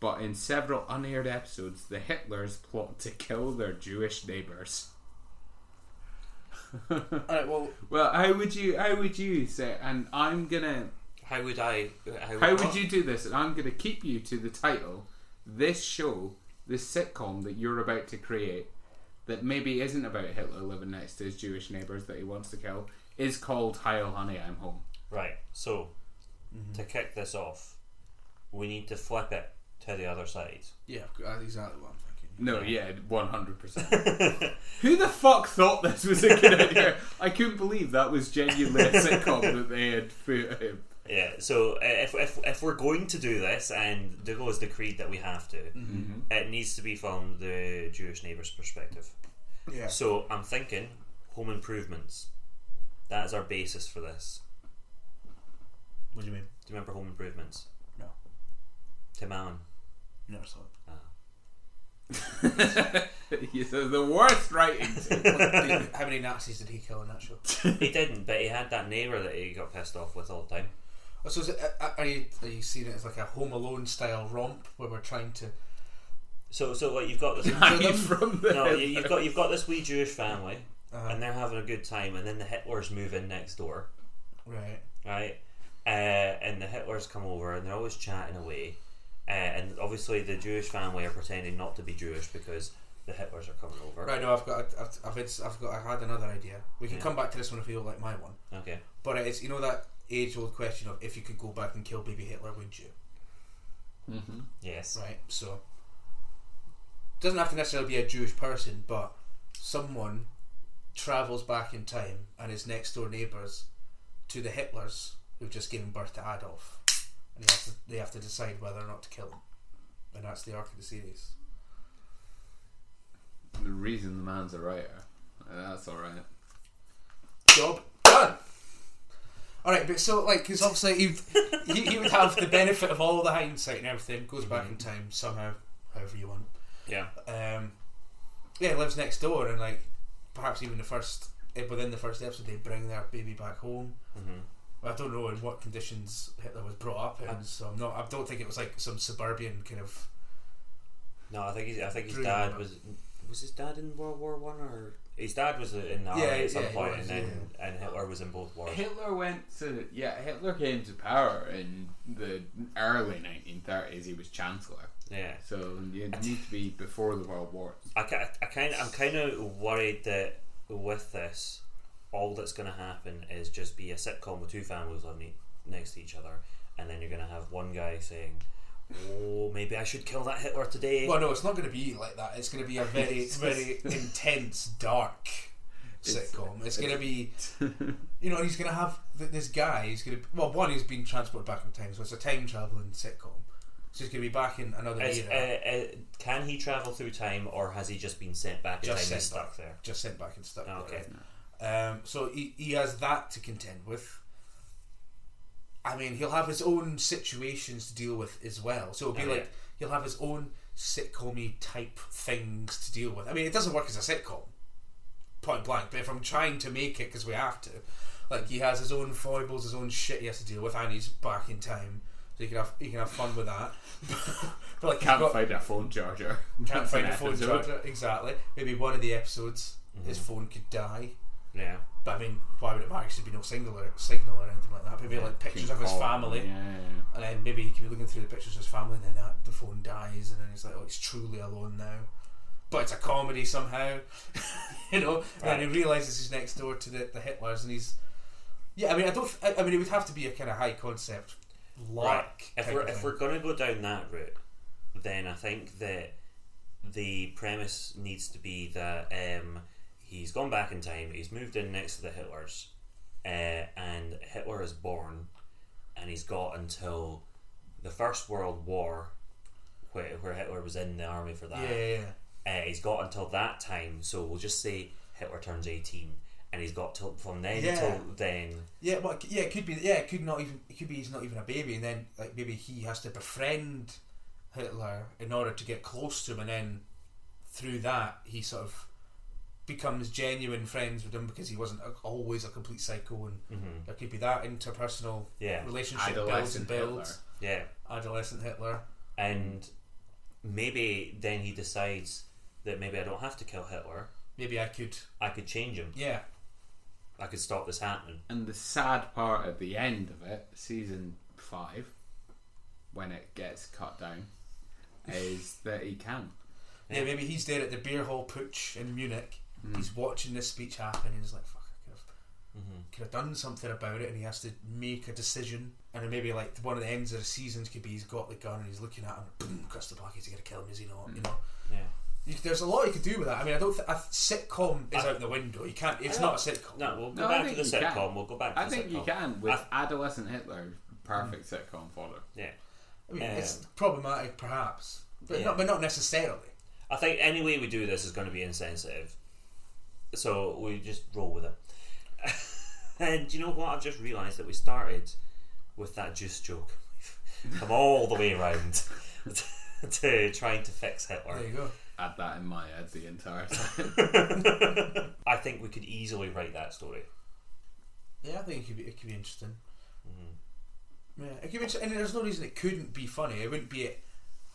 [SPEAKER 2] but in several unaired episodes, the Hitlers plot to kill their Jewish neighbors.
[SPEAKER 1] All right. Well,
[SPEAKER 2] Well, how would you? How would you say? And I'm gonna.
[SPEAKER 3] How would I? uh, How,
[SPEAKER 2] How would you do this? And I'm gonna keep you to the title. This show, this sitcom that you're about to create, that maybe isn't about Hitler living next to his Jewish neighbors that he wants to kill, is called "Heil Honey, I'm Home."
[SPEAKER 3] Right. So,
[SPEAKER 1] Mm-hmm.
[SPEAKER 3] to kick this off, we need to flip it to the other side.
[SPEAKER 1] yeah, that's exactly what I'm thinking.
[SPEAKER 2] No, yeah, one hundred percent. Who the fuck thought this was a good idea? I couldn't believe that was genuinely a sitcom that they had put in.
[SPEAKER 3] Yeah. So uh, if, if, if we're going to do this, and Dougal has decreed that we have to,
[SPEAKER 1] Mm-hmm.
[SPEAKER 3] it needs to be from the Jewish neighbor's perspective.
[SPEAKER 1] Yeah.
[SPEAKER 3] So I'm thinking home improvements. That is our basis for this.
[SPEAKER 1] What do you mean?
[SPEAKER 3] Do you remember home improvements?
[SPEAKER 1] No,
[SPEAKER 3] Tim Allen.
[SPEAKER 1] never saw it.
[SPEAKER 2] These are the worst writings.
[SPEAKER 1] How many Nazis did he kill in that show?
[SPEAKER 3] he didn't, but he had that neighbor that he got pissed off with all the time.
[SPEAKER 1] I suppose, uh, uh, are you are you seeing it as like a Home Alone style romp where we're trying to?
[SPEAKER 3] So so like you've got this
[SPEAKER 2] Hide from the
[SPEAKER 3] no, you,
[SPEAKER 2] Hitler.
[SPEAKER 3] you've got you've got this wee Jewish family,
[SPEAKER 1] Uh-huh.
[SPEAKER 3] and they're having a good time, and then the Hitlers move in next door,
[SPEAKER 1] Right.
[SPEAKER 3] right? Uh, and the Hitlers come over, and they're always chatting away, uh, and obviously the Jewish family are pretending not to be Jewish because the Hitlers are coming over.
[SPEAKER 1] Right. No, I've got. I've, I've, ins- I've got. I had another idea. We can come back to this one if you don't like my one.
[SPEAKER 3] Okay.
[SPEAKER 1] But it's you know that age old question of if you could go back and kill baby Hitler, would you?
[SPEAKER 3] Yes.
[SPEAKER 1] Right. So doesn't have to necessarily be a Jewish person, but someone travels back in time and his next door neighbours to the Hitlers who've just given birth to Adolf, and they have to, they have to decide whether or not to kill him, and that's the arc of the series.
[SPEAKER 2] The reason the man's a writer. Uh, That's alright.
[SPEAKER 1] Job done. All right, but so like, because obviously he'd- he he would have the benefit of all the hindsight and everything. Goes back in time somehow, however you want.
[SPEAKER 3] Yeah.
[SPEAKER 1] um, yeah, lives next door, and like perhaps even the first eh, within the first episode, they bring their baby back home. I don't know in what conditions Hitler was brought up in, so I'm not. I don't think it was like some suburban kind of.
[SPEAKER 3] No, I think he's, I think his
[SPEAKER 1] Drew
[SPEAKER 3] dad
[SPEAKER 1] Miller.
[SPEAKER 3] was was his dad in World War One or his dad was in the army
[SPEAKER 1] Yeah,
[SPEAKER 3] at some
[SPEAKER 1] yeah, he
[SPEAKER 3] point and
[SPEAKER 1] was,
[SPEAKER 3] then and Hitler was in both wars.
[SPEAKER 2] Hitler went to yeah. Hitler came to power in the early 1930s. He was chancellor,
[SPEAKER 3] Yeah.
[SPEAKER 2] so you need to be before the World War.
[SPEAKER 3] I, ki- I kind I'm kind of worried that with this, all that's going to happen is just be a sitcom with two families living e- next to each other, and then you're going to have one guy saying, "Oh, maybe I should kill that Hitler today."
[SPEAKER 1] Well, no, it's not going to be like that. It's going to be a very, very intense, dark sitcom. It's, going to be, you know, and he's going to have th- this guy. He's going to well, one, he's been transported back in time, so it's a time traveling sitcom. So he's going to be back in another
[SPEAKER 3] Is-
[SPEAKER 1] era,
[SPEAKER 3] uh, uh, can he travel through time, or has he just been sent back in time
[SPEAKER 1] Just
[SPEAKER 3] and
[SPEAKER 1] sent
[SPEAKER 3] stuck there?
[SPEAKER 1] just sent back and stuck. there.
[SPEAKER 3] Okay.
[SPEAKER 1] Um, so he, he has that to contend with. I mean, he'll have his own situations to deal with as well. So it'll be
[SPEAKER 3] Oh, yeah.
[SPEAKER 1] like he'll have his own sitcom type things to deal with. I mean, it doesn't work as a sitcom, point blank. But if I'm trying to make it because we have to, like he has his own foibles, his own shit he has to deal with, and he's back in time, so you can have you can have fun with that. but like
[SPEAKER 2] Can't
[SPEAKER 1] you've got-
[SPEAKER 2] find a phone charger.
[SPEAKER 1] can't
[SPEAKER 2] That's an
[SPEAKER 1] find a phone
[SPEAKER 2] episode.
[SPEAKER 1] charger exactly. Maybe one of the episodes,
[SPEAKER 3] Mm-hmm.
[SPEAKER 1] his phone could die.
[SPEAKER 3] Yeah.
[SPEAKER 1] But I mean, why would it matter? 'Cause there'd be no signal or signal or anything like that. Maybe like pictures of his
[SPEAKER 2] Oh,
[SPEAKER 1] family,
[SPEAKER 2] Yeah, yeah, yeah.
[SPEAKER 1] and then maybe he could be looking through the pictures of his family, and then that, the phone dies, and then he's like, "Oh, he's truly alone now." But it's a comedy somehow, you know. And then he realizes he's next door to the, the Hitlers, and he's yeah. I mean, I don't. I, I mean, it would have to be a kind of high concept, like
[SPEAKER 3] Right. If
[SPEAKER 1] kind
[SPEAKER 3] we're
[SPEAKER 1] of
[SPEAKER 3] if
[SPEAKER 1] thing.
[SPEAKER 3] we're gonna go down that route, then I think that the premise needs to be that um, he's gone back in time. He's moved in next to the Hitlers, uh, and Hitler is born, and he's got until the First World War, where, where Hitler was in the army for that.
[SPEAKER 1] Yeah, yeah, yeah.
[SPEAKER 3] Uh, he's got until that time, so we'll just say Hitler turns 18, and he's got till from then
[SPEAKER 1] Yeah.
[SPEAKER 3] till then.
[SPEAKER 1] Yeah, well, it c- yeah, it could be. Yeah, it could not even. It could be he's not even a baby, and then like maybe he has to befriend Hitler in order to get close to him, and then through that he sort of becomes genuine friends with him because he wasn't a, always a complete psycho, and
[SPEAKER 3] Mhm.
[SPEAKER 1] there could be that interpersonal
[SPEAKER 3] Yeah,
[SPEAKER 1] relationship builds
[SPEAKER 2] Adolescent
[SPEAKER 1] and builds.
[SPEAKER 3] yeah.
[SPEAKER 1] Adolescent Hitler.
[SPEAKER 3] And maybe then he decides that maybe I don't have to kill Hitler.
[SPEAKER 1] Maybe I could.
[SPEAKER 3] I could change him.
[SPEAKER 1] Yeah,
[SPEAKER 3] I could stop this happening.
[SPEAKER 2] And the sad part at the end of it, season five, when it gets cut down, is that he can.
[SPEAKER 1] yeah. maybe he's there at the beer hall putsch in Munich. He's watching this speech happen, and he's like, "Fuck, I could have
[SPEAKER 3] Mm-hmm.
[SPEAKER 1] could have done something about it and he has to make a decision and then maybe like one of the ends of the seasons could be he's got the gun and he's looking at him boom cuts the black he's gonna kill him is he not you know
[SPEAKER 3] Yeah.
[SPEAKER 1] you, there's a lot you could do with that I mean I don't th- a sitcom is out the window you can't it's
[SPEAKER 3] I know.
[SPEAKER 1] not a sitcom
[SPEAKER 3] No, we'll go
[SPEAKER 2] No, I
[SPEAKER 3] back to
[SPEAKER 2] think
[SPEAKER 3] the
[SPEAKER 2] you
[SPEAKER 3] sitcom.
[SPEAKER 2] can.
[SPEAKER 3] We'll go back to
[SPEAKER 2] I
[SPEAKER 3] the
[SPEAKER 2] think
[SPEAKER 3] sitcom.
[SPEAKER 2] you can with adolescent Hitler, perfect sitcom fodder.
[SPEAKER 3] Yeah.
[SPEAKER 1] I mean
[SPEAKER 3] Yeah.
[SPEAKER 1] it's problematic perhaps but
[SPEAKER 3] Yeah.
[SPEAKER 1] not but not necessarily
[SPEAKER 3] I think any way we do this is going to be insensitive. So we just roll with it. and do you know what? I've just realised that we started with that juice joke. Come all the way round to trying to fix
[SPEAKER 1] there
[SPEAKER 3] Hitler.
[SPEAKER 1] you go
[SPEAKER 2] Had that in my head the entire time.
[SPEAKER 3] I think we could easily write that story.
[SPEAKER 1] yeah I think it could be, it could be interesting yeah it could be inter- and there's no reason it couldn't be funny it wouldn't be at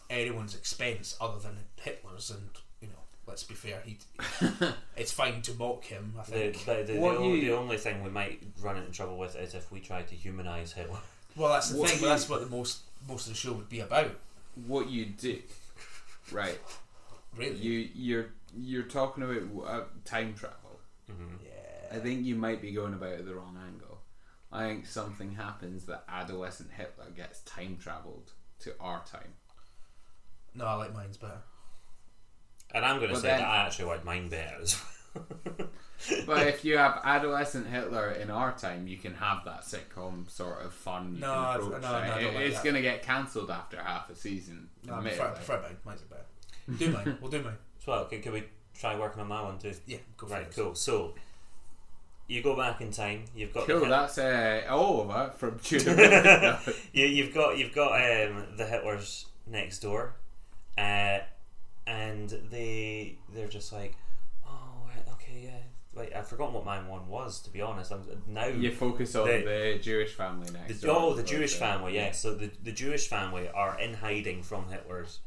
[SPEAKER 1] anyone's expense other than Hitler's and you know let's be fair he it's fine to mock him I
[SPEAKER 3] The,
[SPEAKER 1] think
[SPEAKER 3] but the, the,
[SPEAKER 2] What
[SPEAKER 3] only,
[SPEAKER 2] you-
[SPEAKER 3] the only thing we might run into trouble with is if we try to humanise Hitler.
[SPEAKER 1] Well, that's the
[SPEAKER 2] What
[SPEAKER 1] thing.
[SPEAKER 2] you-
[SPEAKER 1] But that's what the most most of the show would be about,
[SPEAKER 2] what you do, right?
[SPEAKER 1] really.
[SPEAKER 2] You you're you're talking about uh, time travel.
[SPEAKER 1] yeah.
[SPEAKER 2] I think you might be going about it the wrong angle. I think something happens that adolescent Hitler gets time travelled to our time.
[SPEAKER 1] No, I like mine's better.
[SPEAKER 3] And I'm going to
[SPEAKER 2] But
[SPEAKER 3] say
[SPEAKER 2] then-
[SPEAKER 3] that I actually like mine better as well.
[SPEAKER 2] But if you have adolescent Hitler in our time, you can have that sitcom sort of fun. You
[SPEAKER 1] No, I-
[SPEAKER 2] can approach
[SPEAKER 1] no, no, I
[SPEAKER 2] that.
[SPEAKER 1] don't
[SPEAKER 2] It-
[SPEAKER 1] like
[SPEAKER 2] it's
[SPEAKER 1] that.
[SPEAKER 2] going to get cancelled after half a season.
[SPEAKER 1] No, I
[SPEAKER 2] admittedly.
[SPEAKER 1] prefer, I prefer mine. Mine's better. Do mine. We'll do mine.
[SPEAKER 3] well, can, can we try working on my one too?
[SPEAKER 1] Yeah. Go for
[SPEAKER 3] Right,
[SPEAKER 1] it.
[SPEAKER 3] cool. So you go back in time. You've got
[SPEAKER 2] Cool,
[SPEAKER 3] the Hit-
[SPEAKER 2] that's uh, all of that from Tudor.
[SPEAKER 3] you, you've got you've got um, the Hitlers next door, uh, and they they're just like, oh right, okay, yeah. Like I've forgotten what mine one was to be honest. I'm now.
[SPEAKER 2] you focus on
[SPEAKER 3] The-
[SPEAKER 2] the, Jewish family next.
[SPEAKER 3] the,
[SPEAKER 2] door,
[SPEAKER 3] oh, the
[SPEAKER 2] but,
[SPEAKER 3] Jewish
[SPEAKER 2] uh,
[SPEAKER 3] family, yeah. So the, the Jewish family are in hiding from Hitler's,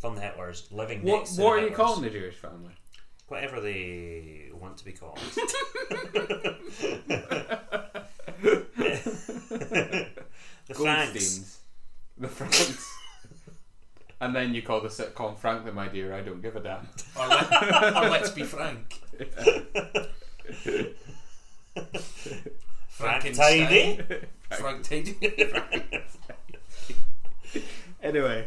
[SPEAKER 3] from the Hitlers, living
[SPEAKER 2] What,
[SPEAKER 3] next to
[SPEAKER 2] what
[SPEAKER 3] the
[SPEAKER 2] are you
[SPEAKER 3] Hitlers.
[SPEAKER 2] calling the Jewish family?
[SPEAKER 3] Whatever they want to be called. the
[SPEAKER 2] Goldsteins.
[SPEAKER 3] Franks.
[SPEAKER 2] The Franks. and then you call the sitcom Frankly, my dear, I don't give a damn.
[SPEAKER 1] Or, let, or let's be frank.
[SPEAKER 3] Frank
[SPEAKER 1] Frankenstein.
[SPEAKER 3] Tidy.
[SPEAKER 1] Frank Tidy.
[SPEAKER 2] Anyway.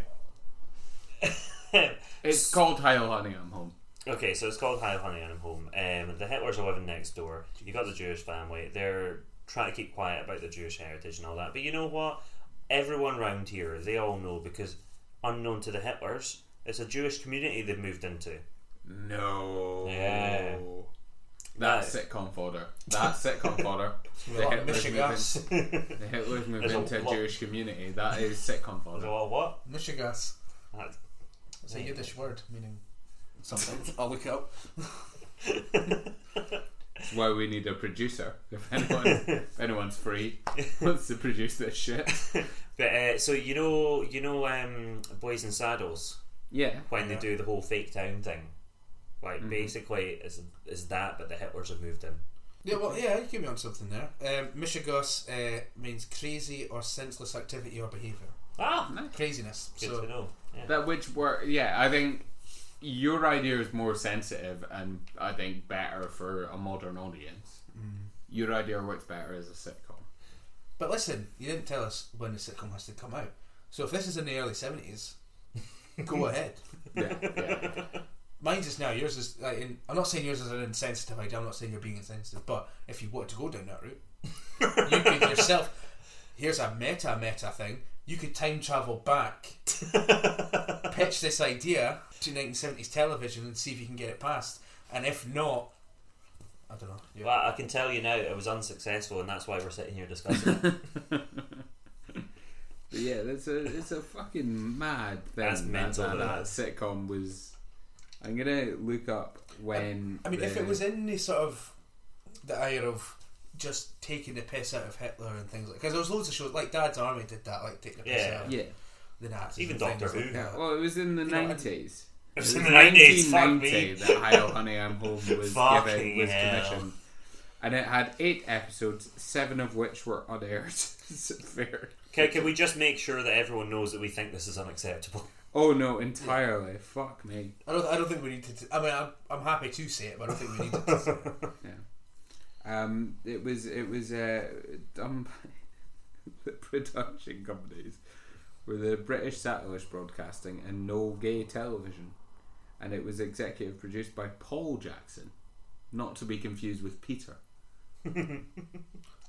[SPEAKER 2] it's called Heil Honey, I'm home.
[SPEAKER 3] Okay, so it's called Hi Honey and I'm Home. Um, the Hitlers are living next door. You got the Jewish family. They're trying to keep quiet about the Jewish heritage and all that. But you know what? Everyone round here, they all know because unknown to the Hitlers, it's a Jewish community they've moved into.
[SPEAKER 2] No.
[SPEAKER 3] Yeah.
[SPEAKER 2] That's sitcom fodder. That's sitcom fodder.
[SPEAKER 1] We're like Michigas.
[SPEAKER 2] The Hitler's moved
[SPEAKER 3] There's a
[SPEAKER 2] into a
[SPEAKER 3] lot-
[SPEAKER 2] Jewish community. That is sitcom fodder.
[SPEAKER 3] So "Oh, what?
[SPEAKER 1] Michigas.
[SPEAKER 3] That's-
[SPEAKER 1] It's a Yiddish word meaning something. I'll look it up.
[SPEAKER 2] That's why we need a producer. If anyone, if anyone's free, wants to produce this shit.
[SPEAKER 3] But uh, so you know, you know, um, Boys and Saddles
[SPEAKER 2] Yeah.
[SPEAKER 3] when they do the whole fake town thing. Like basically, is is that? But the Hitlers have moved in.
[SPEAKER 1] Yeah, well, yeah, you could be on something there. Um, Michigas uh, means crazy or senseless activity or behaviour.
[SPEAKER 3] Ah,
[SPEAKER 1] Craziness.
[SPEAKER 3] good
[SPEAKER 1] So
[SPEAKER 3] to know. Yeah.
[SPEAKER 2] That which were yeah, I think your idea is more sensitive and I think better for a modern audience.
[SPEAKER 1] Mm.
[SPEAKER 2] Your idea works better as a sitcom.
[SPEAKER 1] But listen, you didn't tell us when the sitcom has to come out. So if this is in the early seventies, go ahead.
[SPEAKER 2] Yeah, yeah.
[SPEAKER 1] Mine's is now. Yours is. Like, in, I'm not saying yours is an insensitive idea. I'm not saying you're being insensitive. But if you wanted to go down that route, you could yourself. Here's a meta meta thing. you could time travel back, pitch this idea to 1970s television and see if you can get it passed. And if not, I don't know. Yeah.
[SPEAKER 3] Well, I can tell you now, it was unsuccessful, and that's why we're sitting here discussing it.
[SPEAKER 2] But yeah, that's a it's a fucking mad thing.
[SPEAKER 3] That's mental,
[SPEAKER 2] That,
[SPEAKER 3] though.
[SPEAKER 2] that sitcom was. I'm gonna look up when.
[SPEAKER 1] I mean,
[SPEAKER 2] the,
[SPEAKER 1] if it was in the sort of the ire of just taking the piss out of Hitler and things like because there was loads of shows like Dad's Army did that, like taking the piss
[SPEAKER 3] Yeah.
[SPEAKER 1] out of
[SPEAKER 2] yeah,
[SPEAKER 1] the Nazis,
[SPEAKER 3] Even
[SPEAKER 1] and
[SPEAKER 3] Doctor
[SPEAKER 1] things like
[SPEAKER 3] Who.
[SPEAKER 1] that.
[SPEAKER 2] well, it was in the
[SPEAKER 1] know, I-
[SPEAKER 2] nineties.
[SPEAKER 3] It was in the 90s, fuck me.
[SPEAKER 2] that "Hi, Oh, Honey, I'm Home" was given
[SPEAKER 3] Fucking
[SPEAKER 2] was
[SPEAKER 3] hell.
[SPEAKER 2] commissioned, and it had eight episodes, seven of which were unaired. It's Fair.
[SPEAKER 3] Can, can we just make sure that everyone knows that we think this is unacceptable?
[SPEAKER 2] Oh no, entirely. Fuck me.
[SPEAKER 1] I don't. I don't think we need to. t- I mean, I'm, I'm happy to say it, but I don't think we need to. say it.
[SPEAKER 2] Um, it was it was uh, done by the production companies were the British Satellite Broadcasting and No Gay Television, and it was executive produced by Paul Jackson, not to be confused with Peter.
[SPEAKER 1] Who,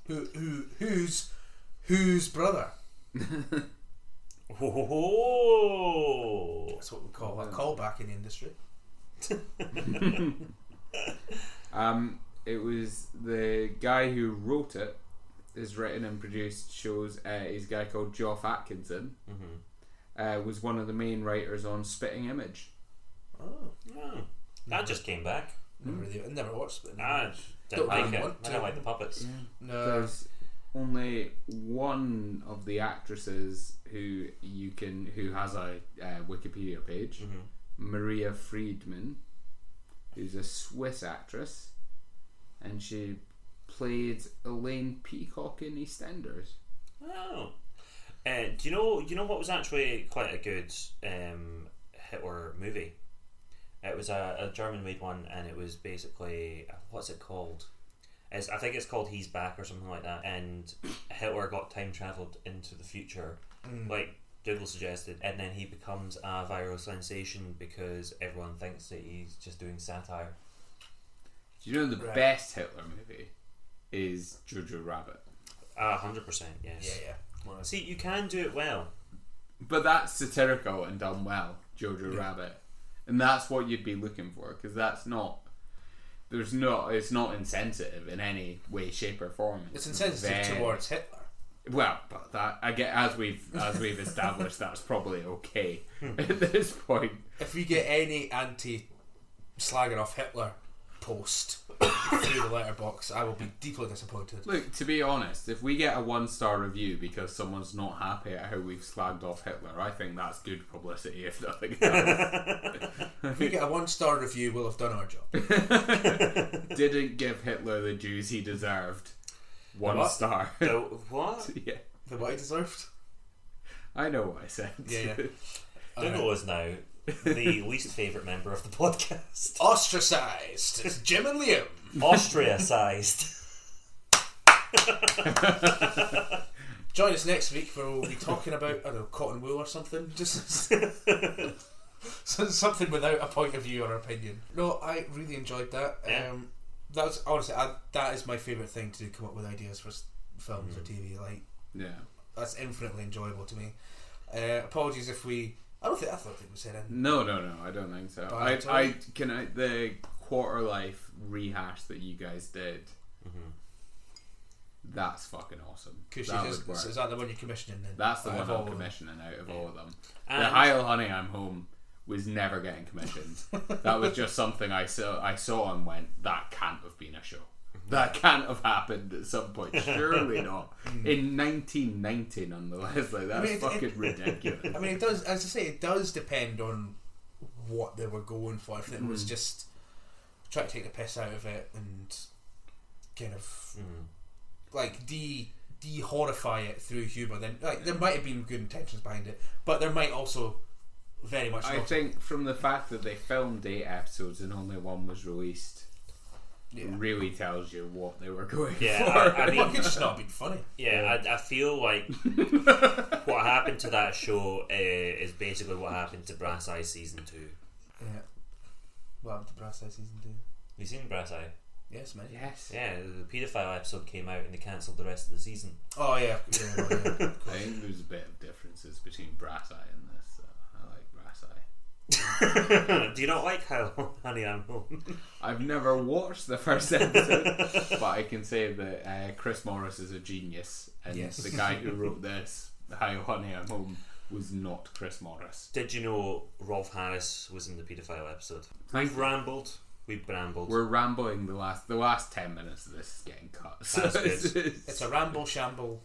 [SPEAKER 1] who, who's, whose brother?
[SPEAKER 3] Oh,
[SPEAKER 1] That's what we call a callback in the industry.
[SPEAKER 2] Um, it was the guy who wrote it is written and produced shows. Uh, he's a guy called Geoff Atkinson. Uh, was one of the main writers on Spitting Image.
[SPEAKER 1] Oh,
[SPEAKER 3] Oh,
[SPEAKER 1] Mm-hmm.
[SPEAKER 3] that just came back.
[SPEAKER 1] never really. I never watched it.
[SPEAKER 3] I didn't
[SPEAKER 1] Mm-hmm. Don't
[SPEAKER 3] like
[SPEAKER 1] really
[SPEAKER 3] it.
[SPEAKER 1] want
[SPEAKER 3] I didn't
[SPEAKER 1] to.
[SPEAKER 3] like the puppets.
[SPEAKER 1] no.
[SPEAKER 2] there's only one of the actresses who you can who has a uh, Wikipedia page, Maria Friedman, who's a Swiss actress, and she played Elaine Peacock in EastEnders.
[SPEAKER 3] Oh. Uh, do you know? You know what was actually quite a good um, Hitler movie. It was a, a German-made one, and it was basically uh, what's it called? It's, I think it's called "He's Back" or something like that. And Hitler got time traveled into the future,
[SPEAKER 1] Mm.
[SPEAKER 3] like Dougal suggested, and then he becomes a viral sensation because everyone thinks that he's just doing satire.
[SPEAKER 2] Do you know the
[SPEAKER 1] Right.
[SPEAKER 2] best Hitler movie is Jojo Rabbit?
[SPEAKER 3] A hundred percent, yes.
[SPEAKER 1] Yeah, yeah. Well, it's-
[SPEAKER 3] See, you can do it well.
[SPEAKER 2] But that's satirical and done well, Jojo Rabbit, and that's what you'd be looking for because that's not. There's no. It's not insensitive in any way, shape, or form.
[SPEAKER 1] It's insensitive
[SPEAKER 2] very-
[SPEAKER 1] towards Hitler.
[SPEAKER 2] Well, but that I get as we've as we've established that's probably okay
[SPEAKER 1] Hmm.
[SPEAKER 2] at this point.
[SPEAKER 1] If we get any anti slagging off Hitler post through the letterbox, I will be deeply disappointed.
[SPEAKER 2] Look, to be honest, if we get a one star review because someone's not happy at how we've slagged off Hitler, I think that's good publicity, if nothing else.
[SPEAKER 1] If we get a one star review, we'll have done our job.
[SPEAKER 2] Didn't give Hitler the dues he deserved. One
[SPEAKER 3] What?
[SPEAKER 2] star.
[SPEAKER 3] So, what?
[SPEAKER 2] yeah.
[SPEAKER 1] The what I deserved.
[SPEAKER 2] I know what I said.
[SPEAKER 1] Yeah, yeah.
[SPEAKER 3] Dougal is now the least favourite member of the podcast.
[SPEAKER 1] Ostracised. It's Jim and Liam.
[SPEAKER 3] Austria sized.
[SPEAKER 1] Join us next week where we'll be talking about I don't know cotton wool or something. Just so- something without a point of view or opinion. No, I really enjoyed that.
[SPEAKER 3] Yeah.
[SPEAKER 1] Um, that was honestly I, that is my favorite thing to do. Come up with ideas for s- films
[SPEAKER 2] Mm.
[SPEAKER 1] or TV. Like
[SPEAKER 2] Yeah.
[SPEAKER 1] that's infinitely enjoyable to me. Uh, apologies if we. I don't think I thought it was said in.
[SPEAKER 2] No, no, no. I don't think so. I,
[SPEAKER 1] But,
[SPEAKER 2] I
[SPEAKER 1] um,
[SPEAKER 2] can I the quarter life rehash that you guys did.
[SPEAKER 1] Mm-hmm.
[SPEAKER 2] That's fucking awesome. That
[SPEAKER 1] Cushy
[SPEAKER 2] would work.
[SPEAKER 1] is, is that the one you're commissioning then?
[SPEAKER 2] That's the
[SPEAKER 1] Out
[SPEAKER 2] one
[SPEAKER 1] of all
[SPEAKER 2] I'm
[SPEAKER 1] of them.
[SPEAKER 2] commissioning out of all of them. the
[SPEAKER 3] And-
[SPEAKER 2] Heil Honey I'm Home was never getting commissioned. that was just something I saw I saw and went, that can't have been a show. That can't have happened at some point. Surely not. In 1990, nonetheless, like that's
[SPEAKER 1] mean, it-
[SPEAKER 2] fucking
[SPEAKER 1] it-
[SPEAKER 2] ridiculous.
[SPEAKER 1] I mean, it does. As I say, it does depend on what they were going for. If it
[SPEAKER 3] Hmm.
[SPEAKER 1] was just try to take the piss out of it and kind of
[SPEAKER 3] Hmm.
[SPEAKER 1] like de de horrify it through humor, then like there might have been good intentions behind it, but there might also very much.
[SPEAKER 2] I
[SPEAKER 1] not.
[SPEAKER 2] think from the fact that they filmed eight episodes and only one was released,
[SPEAKER 1] Yeah.
[SPEAKER 2] really tells you what they were going
[SPEAKER 3] Yeah,
[SPEAKER 2] for.
[SPEAKER 3] I- I
[SPEAKER 1] It
[SPEAKER 3] mean-
[SPEAKER 1] could just not have been funny.
[SPEAKER 3] Yeah, I, I feel like what happened to that show uh, is basically what happened to Brass Eye season two.
[SPEAKER 1] Yeah. Well, to brass eye season two.
[SPEAKER 3] You seen Brass Eye?
[SPEAKER 1] Yes, mate.
[SPEAKER 5] Yes.
[SPEAKER 3] Yeah, the paedophile episode came out and they cancelled the rest of the season.
[SPEAKER 1] Oh yeah. yeah, yeah.
[SPEAKER 2] I think there's a bit of differences between Brass Eye and this. So I like Brass Eye.
[SPEAKER 3] Do you not like how Honey I'm Home?
[SPEAKER 2] I've never watched the first episode, but I can say that uh, Chris Morris is a genius, and
[SPEAKER 1] Yes.
[SPEAKER 2] the guy who wrote this, "How Honey I'm Home," was not Chris Morris.
[SPEAKER 3] Did you know Rolf Harris was in the paedophile episode? We've rambled. We've brambled.
[SPEAKER 2] We're rambling the last the last ten minutes of this is getting cut. So
[SPEAKER 3] That's
[SPEAKER 2] it's,
[SPEAKER 3] good.
[SPEAKER 2] it's-
[SPEAKER 1] it's a ramble shamble.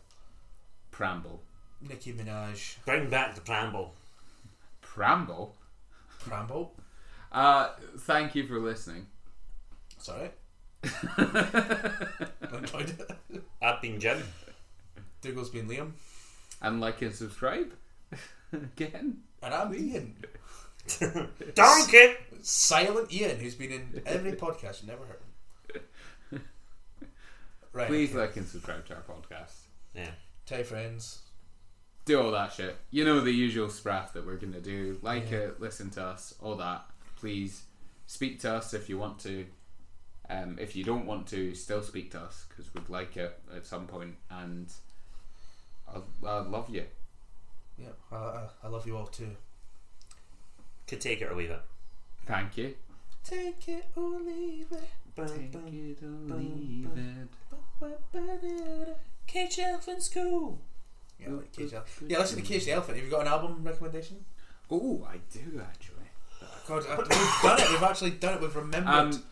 [SPEAKER 2] pramble,
[SPEAKER 1] Nicki Minaj
[SPEAKER 3] Bring back the bramble.
[SPEAKER 2] pramble.
[SPEAKER 1] pramble.
[SPEAKER 2] Uh, thank you for listening.
[SPEAKER 1] It's alright. I enjoyed it.
[SPEAKER 3] I've been Jim.
[SPEAKER 1] Dougal's been Liam,
[SPEAKER 2] and like and subscribe again.
[SPEAKER 1] and I'm Ian,
[SPEAKER 3] Donkey!
[SPEAKER 1] silent Ian, who's been in every podcast. You never heard him. Right.
[SPEAKER 2] Please like and subscribe to our podcast.
[SPEAKER 3] Yeah.
[SPEAKER 1] Tell your friends.
[SPEAKER 2] do all that shit. You know the usual spraff that we're gonna do. Like it, listen to us, all that. Please speak to us if you want to. Um, if you don't want to, still speak to us because we'd like it at some point, and I, I love you.
[SPEAKER 1] Yeah, I, I, I love you all too.
[SPEAKER 3] Could take it or leave it.
[SPEAKER 2] Thank you.
[SPEAKER 1] Take it or leave it.
[SPEAKER 2] Take it or leave it.
[SPEAKER 3] Cage Elephant School!
[SPEAKER 1] Yeah, I like Cage the Elephant. Yeah, listen to Cage the Elephant. Have you got an album recommendation?
[SPEAKER 2] Oh, I do actually.
[SPEAKER 1] God, I- we've done it. We've actually done it. We've remembered.
[SPEAKER 2] Um,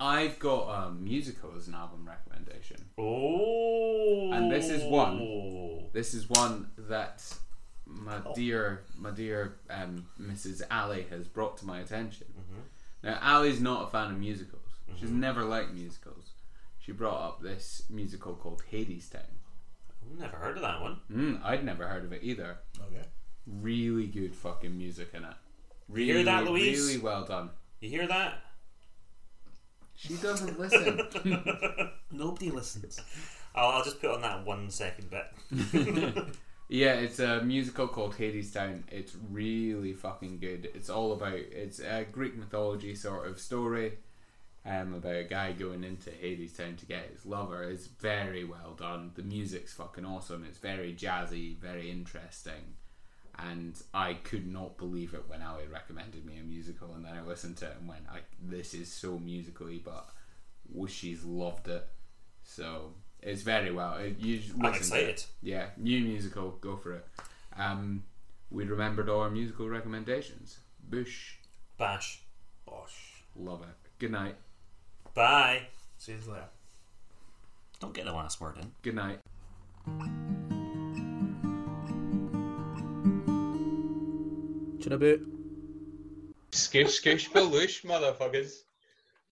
[SPEAKER 2] I've got a musical as an album recommendation.
[SPEAKER 3] Oh!
[SPEAKER 2] And this is one. This is one that my
[SPEAKER 3] Oh.
[SPEAKER 2] dear, my dear um, Mrs. Ali has brought to my attention.
[SPEAKER 3] Mm-hmm.
[SPEAKER 2] Now, Ali's not a fan of musicals. She's never liked musicals. She brought up this musical called Hades Town.
[SPEAKER 3] Never heard of that one.
[SPEAKER 2] Mm, I'd never heard of it either.
[SPEAKER 1] okay.
[SPEAKER 2] Really good fucking music in it. Really,
[SPEAKER 3] hear that, Louise?
[SPEAKER 2] really well done.
[SPEAKER 3] You hear that?
[SPEAKER 2] She doesn't listen.
[SPEAKER 1] Nobody listens.
[SPEAKER 3] I'll, I'll just put on that one second bit.
[SPEAKER 2] Yeah, it's a musical called Hades Town. It's really fucking good. It's all about it's a Greek mythology sort of story, um, about a guy going into Hades Town to get his lover. It's very well done. The music's fucking awesome. It's very jazzy, very interesting, and I could not believe it when Ali recommended me a musical, and then I listened to it and went, "I this is so musically," but well, she's loved it. So it's very well. It, you just listen
[SPEAKER 3] I'm
[SPEAKER 2] to it.
[SPEAKER 3] excited.
[SPEAKER 2] Yeah, new musical, go for it. Um, we remembered all our musical recommendations. Bush,
[SPEAKER 3] Bash.
[SPEAKER 1] Bosh.
[SPEAKER 2] love it. Good night.
[SPEAKER 3] Bye.
[SPEAKER 1] See you later.
[SPEAKER 3] Don't get the last word in.
[SPEAKER 2] Good night.
[SPEAKER 1] Chinaboo.
[SPEAKER 2] Skish, skish, baloosh, motherfuckers.